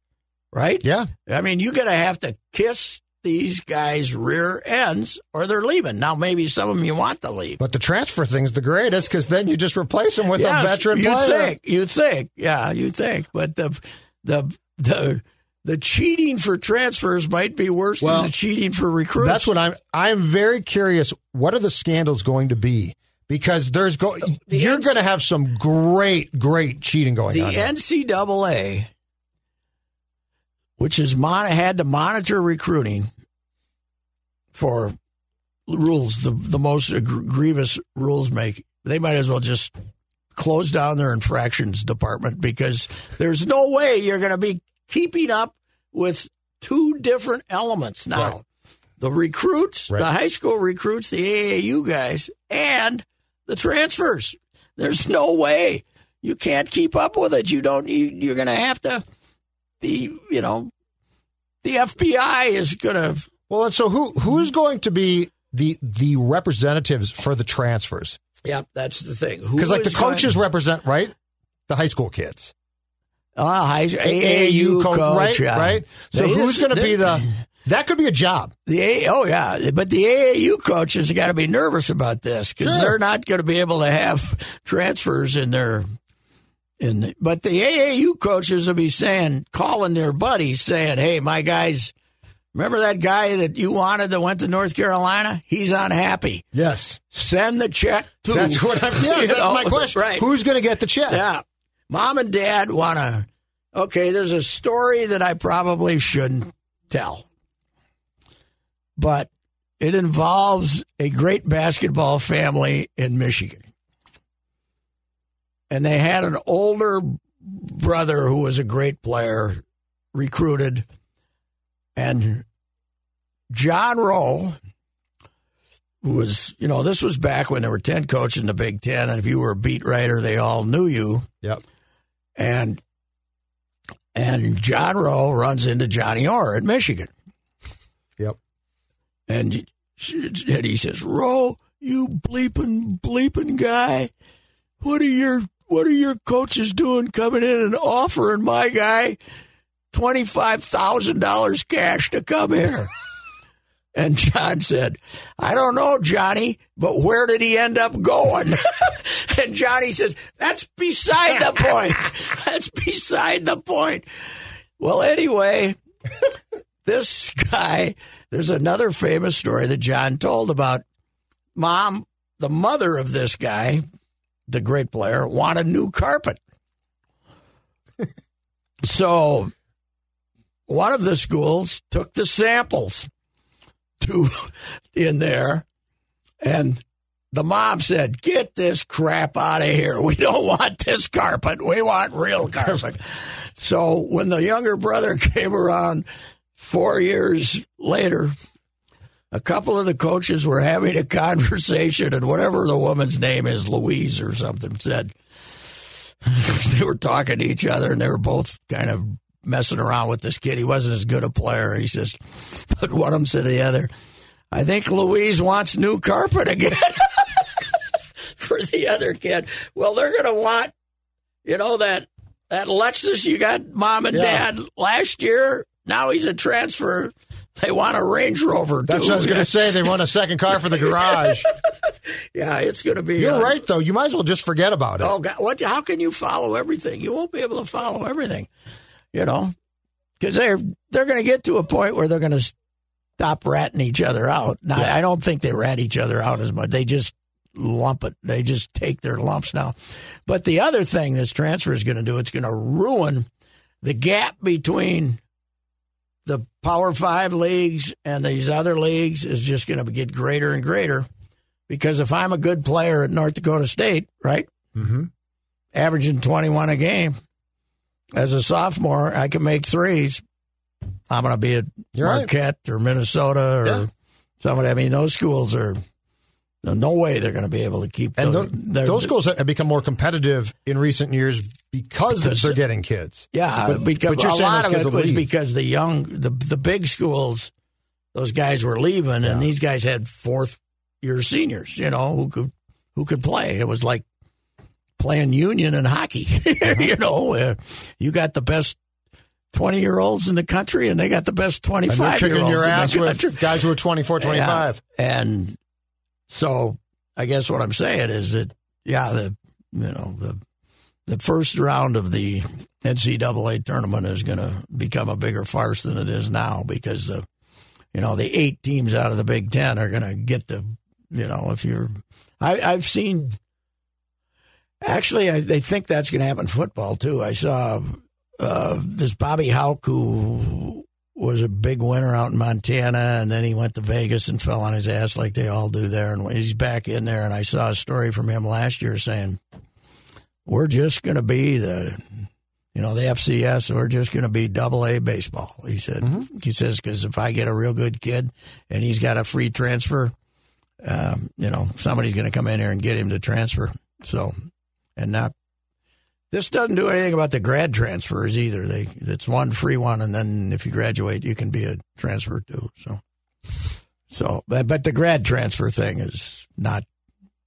right?
yeah.
I mean, you're going to have to kiss these guys' rear ends or they're leaving. Now, maybe some of them you want to leave.
But the transfer thing's the greatest because then you just replace him with
Yeah,
a veteran
you
player.
think, you think, yeah, you think. But the the the the cheating for transfers might be worse
Well,
than the cheating for recruits.
That's what I'm. I'm very curious. What are the scandals going to be? Because there's go. You're
ins-
going to have some great, great cheating going
the
on. here.
NCAA, which has mon- had to monitor recruiting for rules, the the most gr- grievous rules make, they might as well just close down their infractions department because there's no way you're going to be keeping up with two different elements now.
Right.
The recruits,
Right.
the high school recruits, the AAU guys, and the transfers. There's no way you can't keep up with it. You don't. You, you're going to have to. The you know, the FBI is going to
Well, and so who who's going to be the the representatives for the transfers?
Yep, that's the thing. Who
Because like the
is going-
coaches represent right the high school kids,
Ah, high, AAU
co-
coach,
right?
yeah.
Right. So
They
who's
just-
going to
they-
be the? That could be a job.
the A? Oh yeah, but the AAU coaches got to be nervous about this because
Sure.
they're not going to be able to have transfers in their. In the, but the AAU coaches will be saying, calling their buddies, saying, "Hey, my guys, remember that guy that you wanted that went to North Carolina? He's unhappy.
Yes,
Send the check to."
that's what I'm.
You
Yes, that's
know,
my question.
Right.
Who's going to get the check?
Yeah. Mom and dad want to. Okay, there's a story that I probably shouldn't tell, but it involves a great basketball family in Michigan. And they had an older brother who was a great player recruited. And John Rowe, who was, you know, this was back when there were 10 coaches in the Big Ten, and if you were a beat writer, they all knew you.
Yep.
And and John Rowe runs into Johnny Orr at Michigan.
Yep.
And, and he says, Roe, you bleeping, bleeping guy, what are your what are your coaches doing coming in and offering my guy twenty five thousand dollars cash to come here? and John said, I don't know, Johnny, but where did he end up going? and Johnny says, That's beside the point. That's beside the point. Well anyway, this guy, there's another famous story that John told about mom, the mother of this guy, the great player, wanted new carpet. so one of the schools took the samples to in there and the mom said, Get this crap out of here. We don't want this carpet. We want real carpet. so when the younger brother came around four years later, a couple of the coaches were having a conversation, and whatever the woman's name is, Louise or something, said, They were talking to each other and they were both kind of messing around with this kid. He wasn't as good a player. He says, But one of them said to the other, I think Louise wants new carpet again for the other kid. Well, they're going to want, you know, that that Lexus you got mom and
Yeah.
dad last year. Now he's a transfer. They want a Range Rover.
That's
too.
what I was going to say. They want a second car for the garage.
Yeah, it's going to be.
You're
uh,
right, though. You might as well just forget about it.
Oh God, what? How can you follow everything? You won't be able to follow everything. You know, because they're they're going to get to a point where they're going to stop ratting each other out. Now, I don't think they rat each other out as much. They just lump it. They just take their lumps now. But the other thing this transfer is going to do, it's going to ruin the gap between the Power Five leagues and these other leagues is just going to get greater and greater. Because if I'm a good player at North Dakota State, right?
Mm-hmm.
averaging 21 a game. As a sophomore, I can make threes. I'm going to be at
You're right.
Marquette or Minnesota or
Yeah.
somebody. I mean, those schools are no- no way they're going to be able to keep
And
those.
tho-
they're-
those schools have become more competitive in recent years because
Because-
they're getting kids.
yeah,
but-
because
but you're
a
saying
lot
that's
of
'cause
it
of
was
league.
because the young, the the big schools, those guys were leaving, and these guys had fourth year seniors. You know who could who could play. It was like playing union in hockey.
Uh-huh.
you know, uh, you got the best twenty year olds in the country, and they got the best twenty
And they're
five year
kicking
olds
your
in
ass
the country.
with guys who are 24, 25.
Yeah. And so I guess what I'm saying is that yeah, the you know the the first round of the NCAA tournament is going to become a bigger farce than it is now because the you know the eight teams out of the Big Ten are going to get the you know if you're I, I've seen actually I, they think that's going to happen in football too. I saw uh, this Bobby Houck who was a big winner out in Montana, and then he went to Vegas and fell on his ass like they all do there. And he's back in there, and I saw a story from him last year saying, "We're just going to be the, you know, the FCS. We're just going to be Double A baseball." He said. He says because if I get a real good kid and he's got a free transfer, um, you know, somebody's going to come in here and get him to transfer. So, and not this doesn't do anything about the grad transfers either. They it's one free one, and then if you graduate, you can be a transfer too. So, so but, but the grad transfer thing is not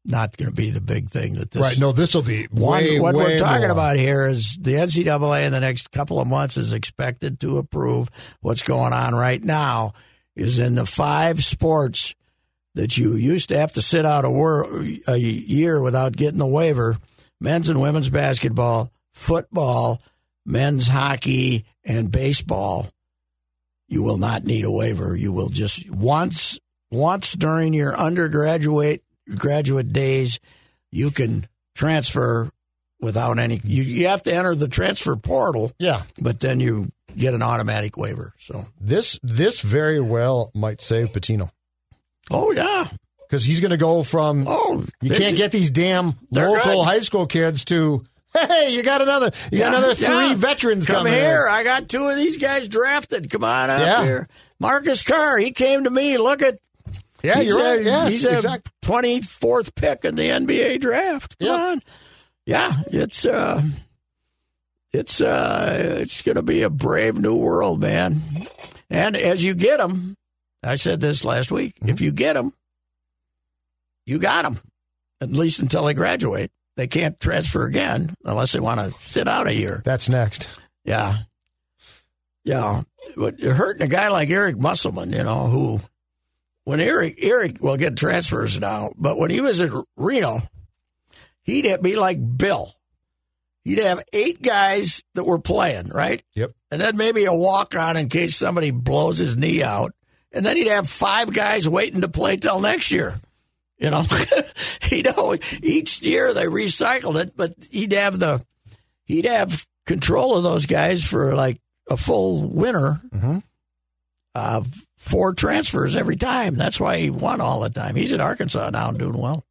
not going to be the big thing that this
right. No, this will be
one,
way,
what
way
we're talking
more.
about here is the NCAA in the next couple of months is expected to approve what's going on right now is in the five sports that you used to have to sit out a, wor- a year without getting the waiver men's and women's basketball, football, men's hockey, and baseball. You will not need a waiver. You will just once once during your undergraduate graduate days you can transfer without any you, you have to enter the transfer portal
Yeah.
but then you get an automatic waiver so
This this very well might save Patino
oh yeah
because he's going to go from
oh
you can't get these damn
They're
local
good.
high school kids to hey, you got another you got another three
yeah.
veterans
come
coming
here.
in."
i got two of these guys drafted come on up
Yeah.
here marcus carr he came to me look at
Yeah,
he's
you're
a-
right. Yes,
he's a
exactly.
24th pick in the nba draft come
Yeah.
on yeah it's uh it's uh it's gonna be a brave new world man and as you get them i said this last week
Mm-hmm.
if you get them you got them at least until they graduate they can't transfer again unless they want to sit out a year
That's next.
yeah. Yeah. But you're hurting a guy like Eric Musselman, you know, who when Eric Eric will get transfers now, but when he was at Reno, he'd be like Bill. He'd have eight guys that were playing, right?
Yep.
and then maybe a walk on in case somebody blows his knee out. And then he'd have five guys waiting to play till next year. You know, you know, each year they recycled it, but he'd have the he'd have control of those guys for like a full winter. Uh, four transfers every time. That's why he won all the time. He's at Arkansas now and doing well.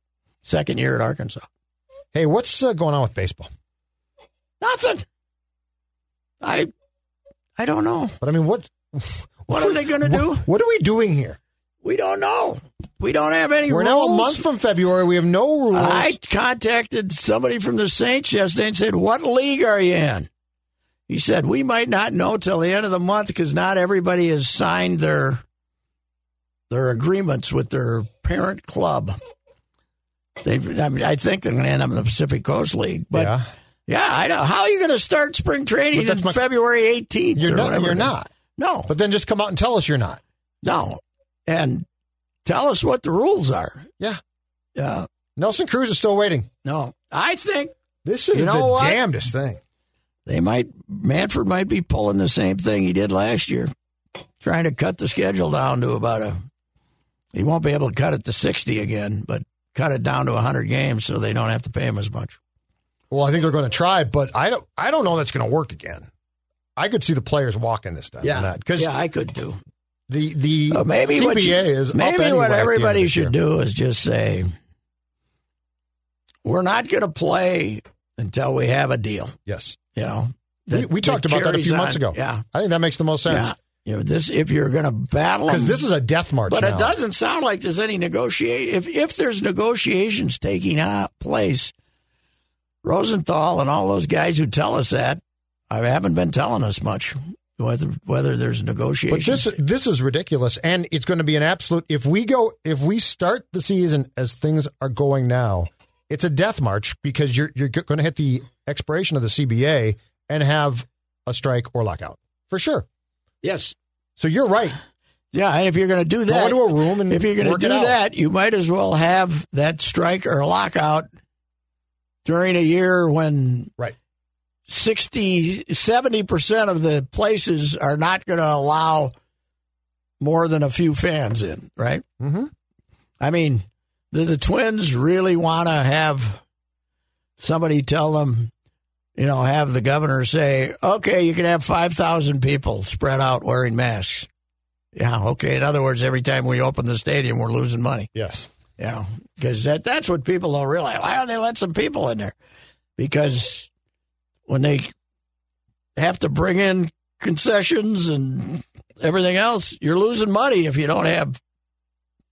Second year at Arkansas.
Hey, what's uh, going on with baseball?
Nothing. I I don't know.
But I mean, what
What are they going to do?
what are we doing here?
We don't know. We don't have any
We're
rules.
now a month from February. We have no rules.
I contacted somebody from the Saints yesterday and said, "What league are you in?" He said, "We might not know till the end of the month because not everybody has signed their their agreements with their parent club." They, I mean, I think they're going to end up in the Pacific Coast League, but yeah,
yeah,
I know. How are you going to start spring training
But that's
in
my-
February 18th?
you're
or
not.
whatever
You're
it is?
not.
No,
But then just come out and tell us you're not.
no, and tell us what the rules are.
Yeah,
Uh,
Nelson Cruz is still waiting.
no, I think
This is
You know
the
what?
damnedest thing.
they might Manford might be pulling the same thing he did last year, trying to cut the schedule down to about a. He won't be able to cut it to sixty again, but cut it down to hundred games so they don't have to pay him as much.
Well, I think they're going to try, but I don't. I don't know that's going to work again. I could see the players walking this time. because
yeah, I could do.
the the
Uh, maybe
CBA
what you-
is
maybe
up anyway at
what
the end of
everybody
this
should
year.
do is just say, "We're not going to play until we have a deal."
Yes,
You know,
we,
that-
we talked about that a
carries
few months
on.
ago.
Yeah,
I think that makes the most sense
yeah. You know, this if you're going to battle
because
them-
this is a death march.
But
now.
it doesn't sound like there's any negotiate. If if there's negotiations taking uh, place, Rosenthal and all those guys who tell us that, I haven't been telling us much whether whether there's
But
negotiations.
this this is ridiculous, and it's going to be an absolute. If we go, if we start the season as things are going now, it's a death march because you're you're going to hit the expiration of the CBA and have a strike or lockout for sure.
yes,
So you're right.
yeah, and if you're going to do
Go
that,
into a room and
if you're going to
work it
do
out.
that, you might as well have that strike or lockout during a year when
right?
60 70% of the places are not going to allow more than a few fans in right
Mhm.
i mean do the twins really want to have somebody tell them you know have the governor say okay you can have 5000 people spread out wearing masks yeah okay in other words every time we open the stadium we're losing money
Yes.
you know, because that, that's what people don't realize. Why don't they let some people in there? Because when they have to bring in concessions and everything else, you're losing money if you don't have.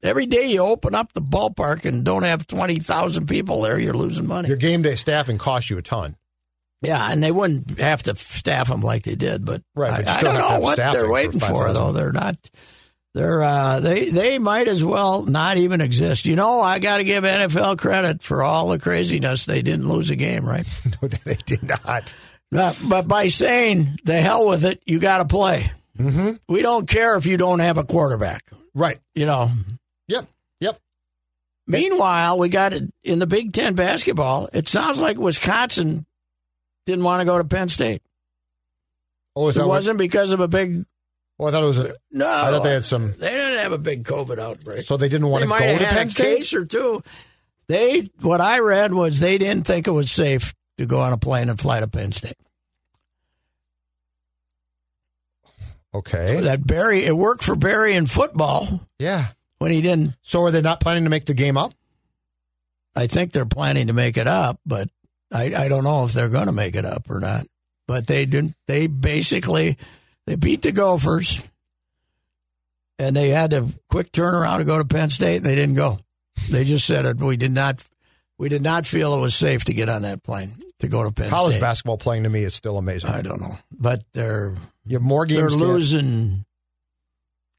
Every day you open up the ballpark and don't have 20,000 people there, you're losing money.
Your game day staffing costs you a ton.
yeah, and they wouldn't have to staff them like they did, but
Right, but you
I, I
still
don't
have to
know
have
what
staffing
they're
for
waiting for,
5,000.
though. They're not. They're uh, they they might as well not even exist. You know, I got to give NFL credit for all the craziness. They didn't lose a game, right?
No, they did not.
But, but by saying the hell with it, you got to play. Mm-hmm. We don't care if you don't have a quarterback.
Right.
You know.
Yep. Yep.
Meanwhile, we got it in the Big Ten basketball. It sounds like Wisconsin didn't want to go to Penn State.
Oh, is
It
that what-
wasn't because of a big
Oh, I thought it was. A,
No,
I thought they had some.
They didn't have a big COVID outbreak.
So they didn't want
they
to go
might
to
have had
Penn
a
State.
case or two. They what I read was they didn't think it was safe to go on a plane and fly to Penn State.
Okay.
That Barry it worked for Barry in football
Yeah.
when he didn't.
So are they not planning to make the game up?
I think they're planning to make it up, but I, I don't know if they're going to make it up or not. But they didn't. They basically they beat the Gophers, and they had a quick turnaround to go to Penn State, and they didn't go. They just said it. We did not. We did not feel it was safe to get on that plane to go to Penn
College
State.
basketball playing to me is still amazing.
I don't know, but they're
You have more
they're
games. to-
losing.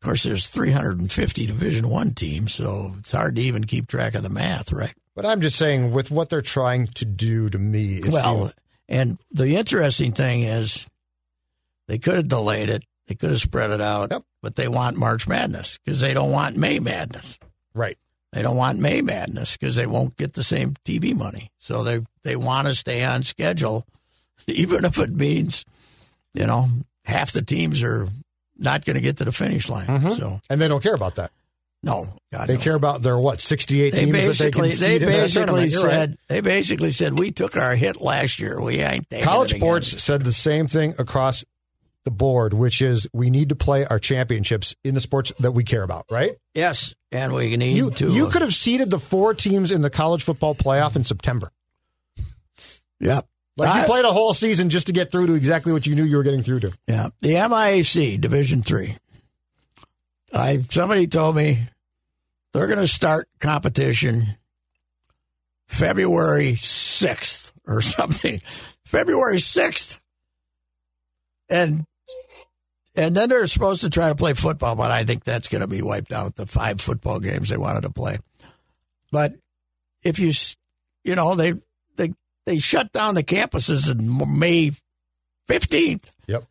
Of course, there's 350 Division One teams, so it's hard to even keep track of the math, right?
But I'm just saying, with what they're trying to do to me, it's
well, and the interesting thing is, they could have delayed it. They could have spread it out,
Yep.
but they want March Madness because they don't want May Madness.
right.
They don't want May Madness because they won't get the same TV money. So they they want to stay on schedule, even if it means, you know, half the teams are not going to get to the finish line. So
and they don't care about that.
no, God,
Mm-hmm. They
no.
care about their what sixty eight teams that they can
they
seed in that
basically
tournament. You're right.
said they basically said we took our hit last year. We ain't taking
College
it again."
sports said the same thing across the board, which is we need to play our championships in the sports that we care about, right?
Yes, and we need
You,
to. uh,
you could have seeded the four teams in the college football playoff in September.
Yep.
Like
I-
you played a whole season just to get through to exactly what you knew you were getting through to.
Yeah, the MIAC Division Three. I somebody told me they're going to start competition February sixth or something. February sixth, and and then they're supposed to try to play football, but I think that's going to be wiped out. The five football games they wanted to play, but if you s- you know they they they shut down the campuses in May fifteenth.
Yep.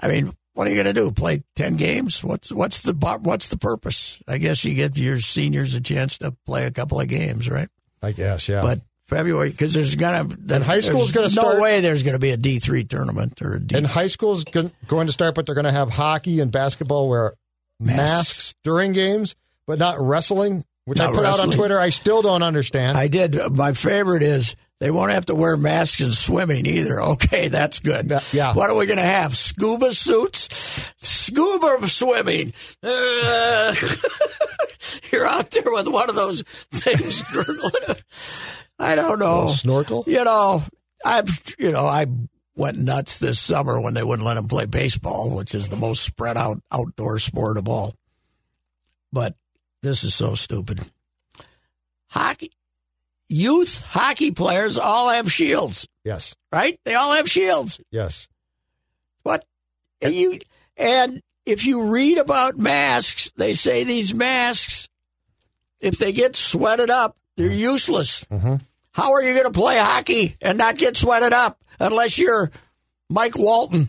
I mean, what are you going to do? Play ten games? What's what's the bu- what's the purpose? I guess you give your seniors a chance to play a couple of games, right?
I guess, yeah.
But February because there's going to
And high school's gonna
no
start-
way there's going to be a D three tournament or a D.
and high school's go- going to start, but they're going to have hockey and basketball wear masks, during games, but not wrestling, which I
Not
put out on
wrestling.
Twitter. I still don't understand.
I did. My favorite is they won't have to wear masks in swimming either. Okay, that's good.
Yeah, yeah.
What are we going to have? Scuba suits? Scuba swimming. Uh, you're out there with one of those things gurgling. I don't know.
Snorkel?
You know, I've you know I went nuts this summer when they wouldn't let him play baseball, which is the most spread out outdoor sport of all. But this is so stupid. Hockey, youth hockey players all have shields,
Yes,
right? They all have shields.
yes.
What and you and if you read about masks, they say these masks, if they get sweated up, they're
Mm-hmm.
useless. How are you going to play hockey and not get sweated up unless you're Mike Walton?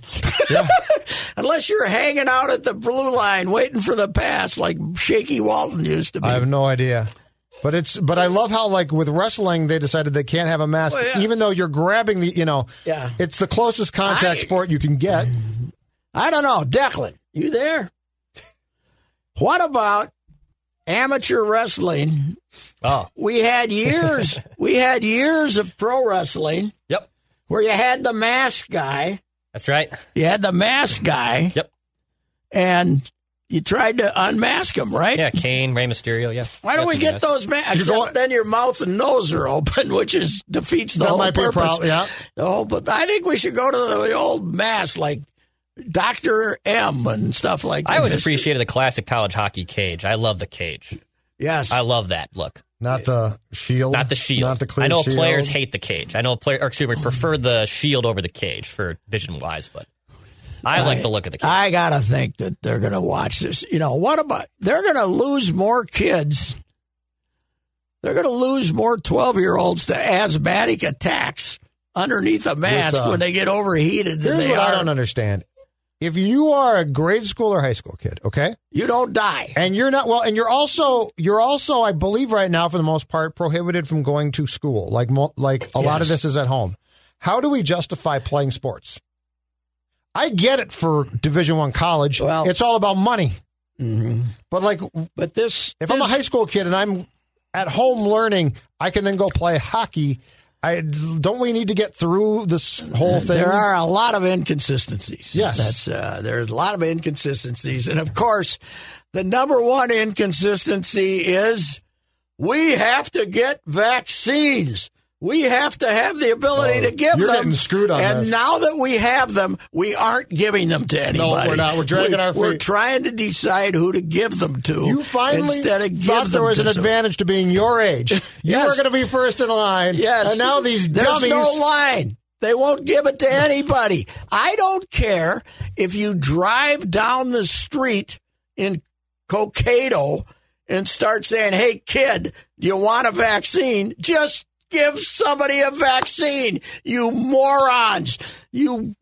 unless you're hanging out at the blue line waiting for the pass like Shaky Walton used to be.
I have no idea. But it's but I love how like with wrestling they decided they can't have a mask
Well, yeah.
even though you're grabbing the you know
Yeah.
it's the closest contact
I-
sport you can get.
I don't know, Declan. You there? What about amateur wrestling?
Oh.
We had years. we had years of pro wrestling
Yep.
where you had the mask guy.
That's right.
You had the mask guy.
Yep.
And you tried to unmask him, right?
Yeah, Kane, Rey Mysterio. Yeah.
Why don't we
Definitely
get those masks? Except
going-
then your mouth and nose are open, which is defeats the
That
whole
might be a
purpose.
problem, yeah.
No, but I think we should go to the old mask, like Doctor M and stuff like.
I
that.
always
Just-
appreciated the classic college hockey cage. I love the cage.
Yes,
I love that look.
Not the shield.
Not the shield.
Not the clear
I know
shield.
players hate the cage. I know player or excuse me, prefer the shield over the cage for vision wise, but I like the look of the cage.
I gotta think that they're gonna watch this. You know what about? They're gonna lose more kids. They're gonna lose more twelve-year-olds to asthmatic attacks underneath a mask
uh,
when they get overheated. than they
Here's what
are.
I don't understand. If you are a grade school or high school kid, okay?
You don't die.
And you're not well, and you're also you're also, I believe, right now for the most part, prohibited from going to school. Like mo- like a lot of
Yes.
this is at home. How do we justify playing sports? I get it for Division One college.
Well- Mm-hmm.
it's all about money. But like,
But this,
if I'm a
this-
high school kid and I'm at home learning, I can then go play hockey. I don't we need to get through this whole thing?
There are a lot of inconsistencies.
Yes.
that's uh, there's a lot of inconsistencies, and of course, the number one inconsistency is we have to get vaccines. We have to have the ability
Oh,
to give
you're
them.
getting screwed on
and
this.
now that we have them, we aren't giving them to anybody.
we're not. We're dragging our
We're
feet.
trying to decide who to give them to.
You finally
instead of give
thought
them
there was
to
an
someone.
advantage to being your age. You
Yes.
were going to be first in line.
Yes.
And now these
There's
dummies.
no line. They won't give it to anybody. I don't care if you drive down the street in Cocado and start saying, "Hey, kid, you want a vaccine? Just give somebody a vaccine, you morons, you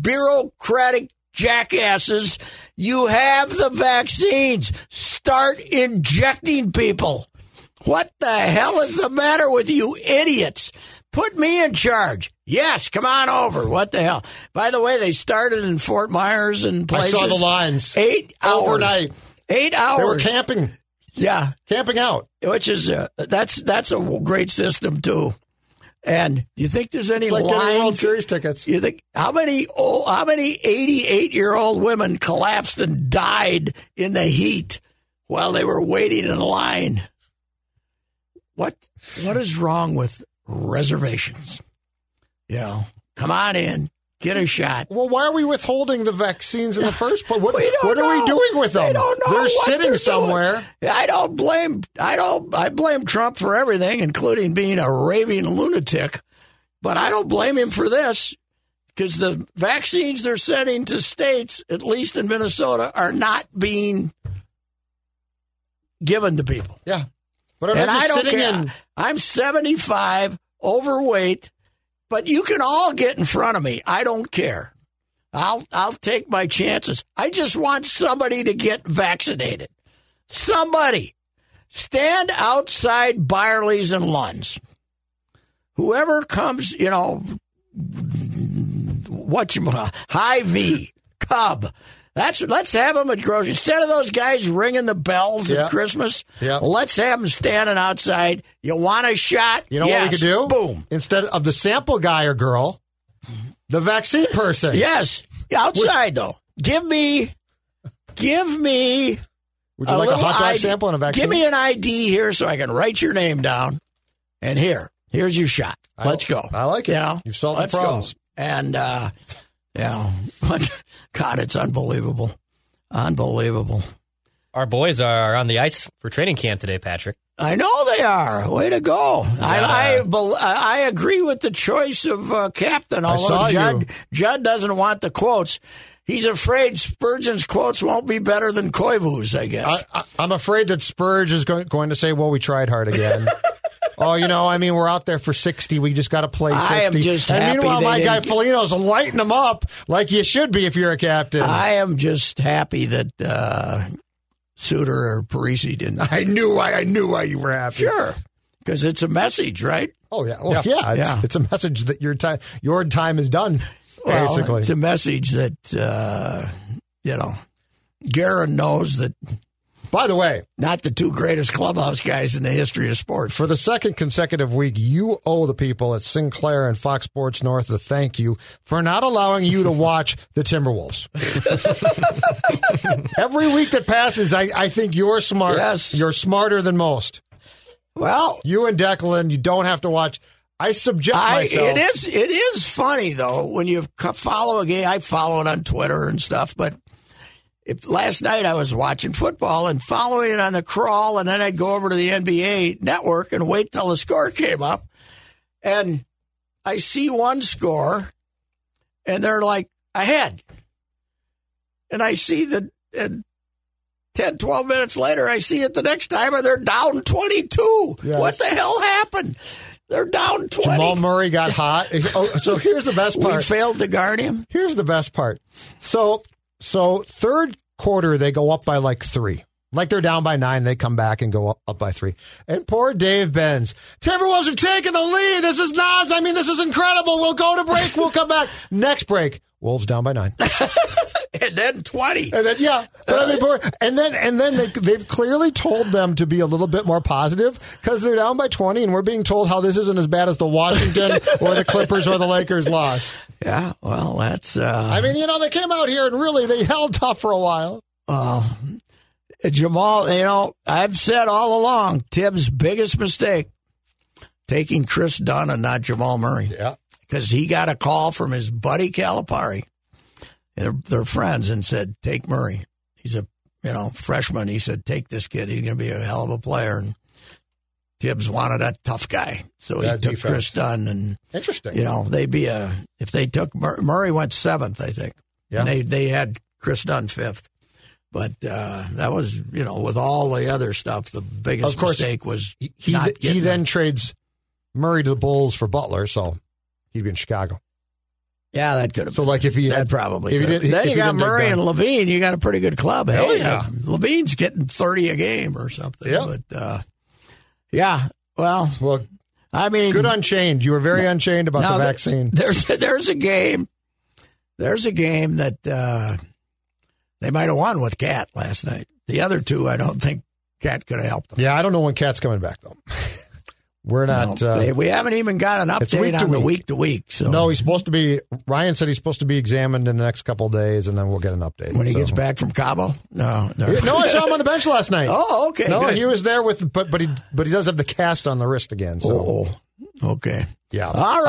bureaucratic jackasses. You have the vaccines. Start injecting people." What the hell is the matter with you idiots? Put me in charge. Yes, come on over. What the hell? By the way, they started in Fort Myers and
I
places.
saw the lines
Eight hours.
overnight.
Eight hours.
They were camping,
Yeah,
camping out.
which is uh, that's that's a great system too. And you think there's any
It's like getting World
lines?
Series tickets.
You think how many old, how many 88 year old women collapsed and died in the heat while they were waiting in line? What what is wrong with reservations? You know, come on in, get a shot.
Well, why are we withholding the vaccines in the first place? What,
We don't
what are we
know.
doing with them?
They don't know
are
what
sitting
they're doing.
somewhere.
I don't blame I don't I blame Trump for everything, including being a raving lunatic. But I don't blame him for this because the vaccines they're sending to states, at least in Minnesota, are not being given to people.
Yeah. But I'm
And
just
I don't
sitting
care.
in.
I'm 75, overweight, but you can all get in front of me. I don't care. I'll I'll take my chances. I just want somebody to get vaccinated. Somebody stand outside Byerly's and Lund's. Whoever comes, you know, what you high V Cub. That's let's have them at grocery instead of those guys ringing the bells
Yeah.
at Christmas.
Yeah.
Let's have them standing outside. You want a shot?
You know what we
Yes.
could do?
Boom.
Instead of the sample guy or girl, the vaccine person.
Yes, outside though. Give me, give me
Would you like a
little
hot dog
ID.
sample and a vaccine?
Give me an ID here so I can write your name down. And here, here's your shot.
I-
Let's go.
I like it.
You know,
You've solved the
Let's go.
problems.
And uh, you know, God, it's unbelievable, unbelievable.
Our boys are on the ice for training camp today, Patrick.
I know they are. Way to go! I I, bel- I agree with the choice of uh, captain.
saw
Although
you.
Judd Judd doesn't want the quotes, he's afraid Spurgeon's quotes won't be better than Koivu's. I guess.
I, I, I'm afraid that Spurge is going, going to say, well, we tried hard again. oh, you know, I mean, we're out there for 60. We just got to play 60.
I am just
and
happy
meanwhile,
they
my guy
didn't-
Felino's lighting them up like you should be if you're a captain.
I am just happy that uh, Suter or Parisi didn't.
I knew why. I knew why you were happy.
Sure, because it's a message, right?
Oh yeah. Well, yeah. it's,
Yeah.
it's a message that your time your time is done.
Well,
basically,
it's a message that uh, you know. Guerin knows that
By the way,
not the two greatest clubhouse guys in the history of sports.
for the second consecutive week, you owe the people at Sinclair and Fox Sports North a thank you for not allowing you to watch the Timberwolves. Every week that passes, I, I think you're smart.
Yes.
You're smarter than most.
Well,
You and Declan, you don't have to watch. I subject
I,
myself.
it is it is funny though when you co- follow a game. I follow it on Twitter and stuff, but if, last night I was watching football and following it on the crawl, and then I'd go over to the NBA network and wait till the score came up, and I see one score, and they're like ahead, and I see the and 10, 12 minutes later, I see it the next time, and they're down twenty two.
Yes.
What the hell happened? They're down twenty.
Jamal Murray got hot. Oh, so here's the best part.
We failed to guard him.
Here's the best part. So so third quarter they go up by like three. Like they're down by nine, they come back and go up, up by three. And poor Dave Benz. Timberwolves have taken the lead. This is Nas. I mean, this is incredible. We'll go to break. We'll come back. Next break. Wolves down by nine.
And then 20.
And then yeah. But I mean, poor- and then and then they they've clearly told them to be a little bit more positive because they're down by twenty and we're being told how this isn't as bad as the Washington or the Clippers or the Lakers loss.
Yeah, well, that's. Uh,
I mean, you know, they came out here and really they held tough for a while.
uh, Jamal, you know, I've said all along Tibbs' biggest mistake taking Chris Dunn and not Jamal Murray.
Yeah.
Because he got a call from his buddy Calipari, they're, they're friends, and said, take Murray. He's a, you know, freshman. He said, take this kid. He's going to be a hell of a player. And Tibbs wanted a tough guy. So he
Yeah,
took
defense.
Chris Dunn and.
Interesting.
you know, they'd be a if they took Mur- Murray went seventh, I think.
Yeah.
And they they had Chris Dunn fifth, but uh, that was you know with all the other stuff, the biggest
Of course,
mistake was
He, he,
not
th- he
getting
then
him.
trades Murray to the Bulls for Butler, so he'd be in Chicago.
yeah that could have
So, like, if he
that
had,
probably
if he
could've.
did-
then
if
you
he
got
didn't take
Murray
Dunn.
and Levine, you got a pretty good club.
Hell
Hey,
yeah.
uh, Levine's getting thirty a game or something.
Yeah.
but uh, yeah, well,
well,
I mean,
Good unchained. You were very unchained about
now
the
that-
vaccine.
there's there's a game. There's a game that uh, they might have won with Cat last night. The other two, I don't think Cat could have helped them.
yeah, I don't know when Cat's coming back though. We're not.
No,
uh,
they- we haven't even got an
it's week
update
to
on the
week.
week to week. So
no, he's supposed to be. Ryan said he's supposed to be examined in the next couple of days, and then we'll get an update
when he
So-
gets back from Cabo, no, no,
No, I saw him on the bench last night.
Oh, okay,
No,
good.
he was there with, but but he but he does have the cast on the wrist again. So
Oh, okay.
yeah,
All right.
All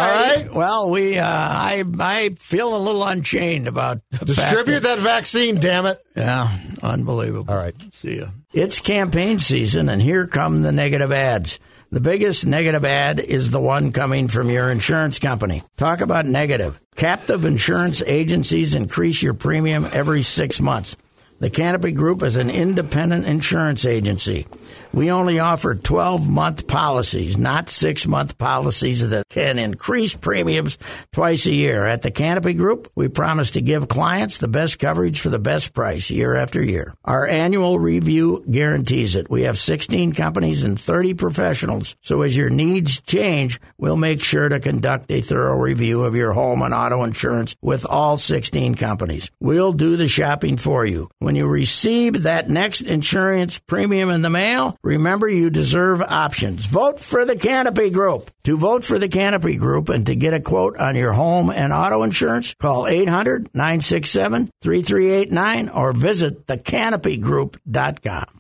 right.
Well, we uh, I I feel a little unchained about the fact
Distribute that vaccine, damn it!
Yeah, unbelievable.
All right.
See ya. It's campaign season, and here come the negative ads. The biggest negative ad is the one coming from your insurance company. Talk about negative. Captive insurance agencies increase your premium every six months. The Canopy Group is an independent insurance agency. We only offer 12 month policies, not six month policies that can increase premiums twice a year. At the Canopy Group, we promise to give clients the best coverage for the best price year after year. Our annual review guarantees it. We have 16 companies and 30 professionals. So as your needs change, we'll make sure to conduct a thorough review of your home and auto insurance with all 16 companies. We'll do the shopping for you. When you receive that next insurance premium in the mail, remember you deserve options. Vote for the Canopy Group. To vote for the Canopy Group and to get a quote on your home and auto insurance, call 800 967 3389 or visit thecanopygroup.com.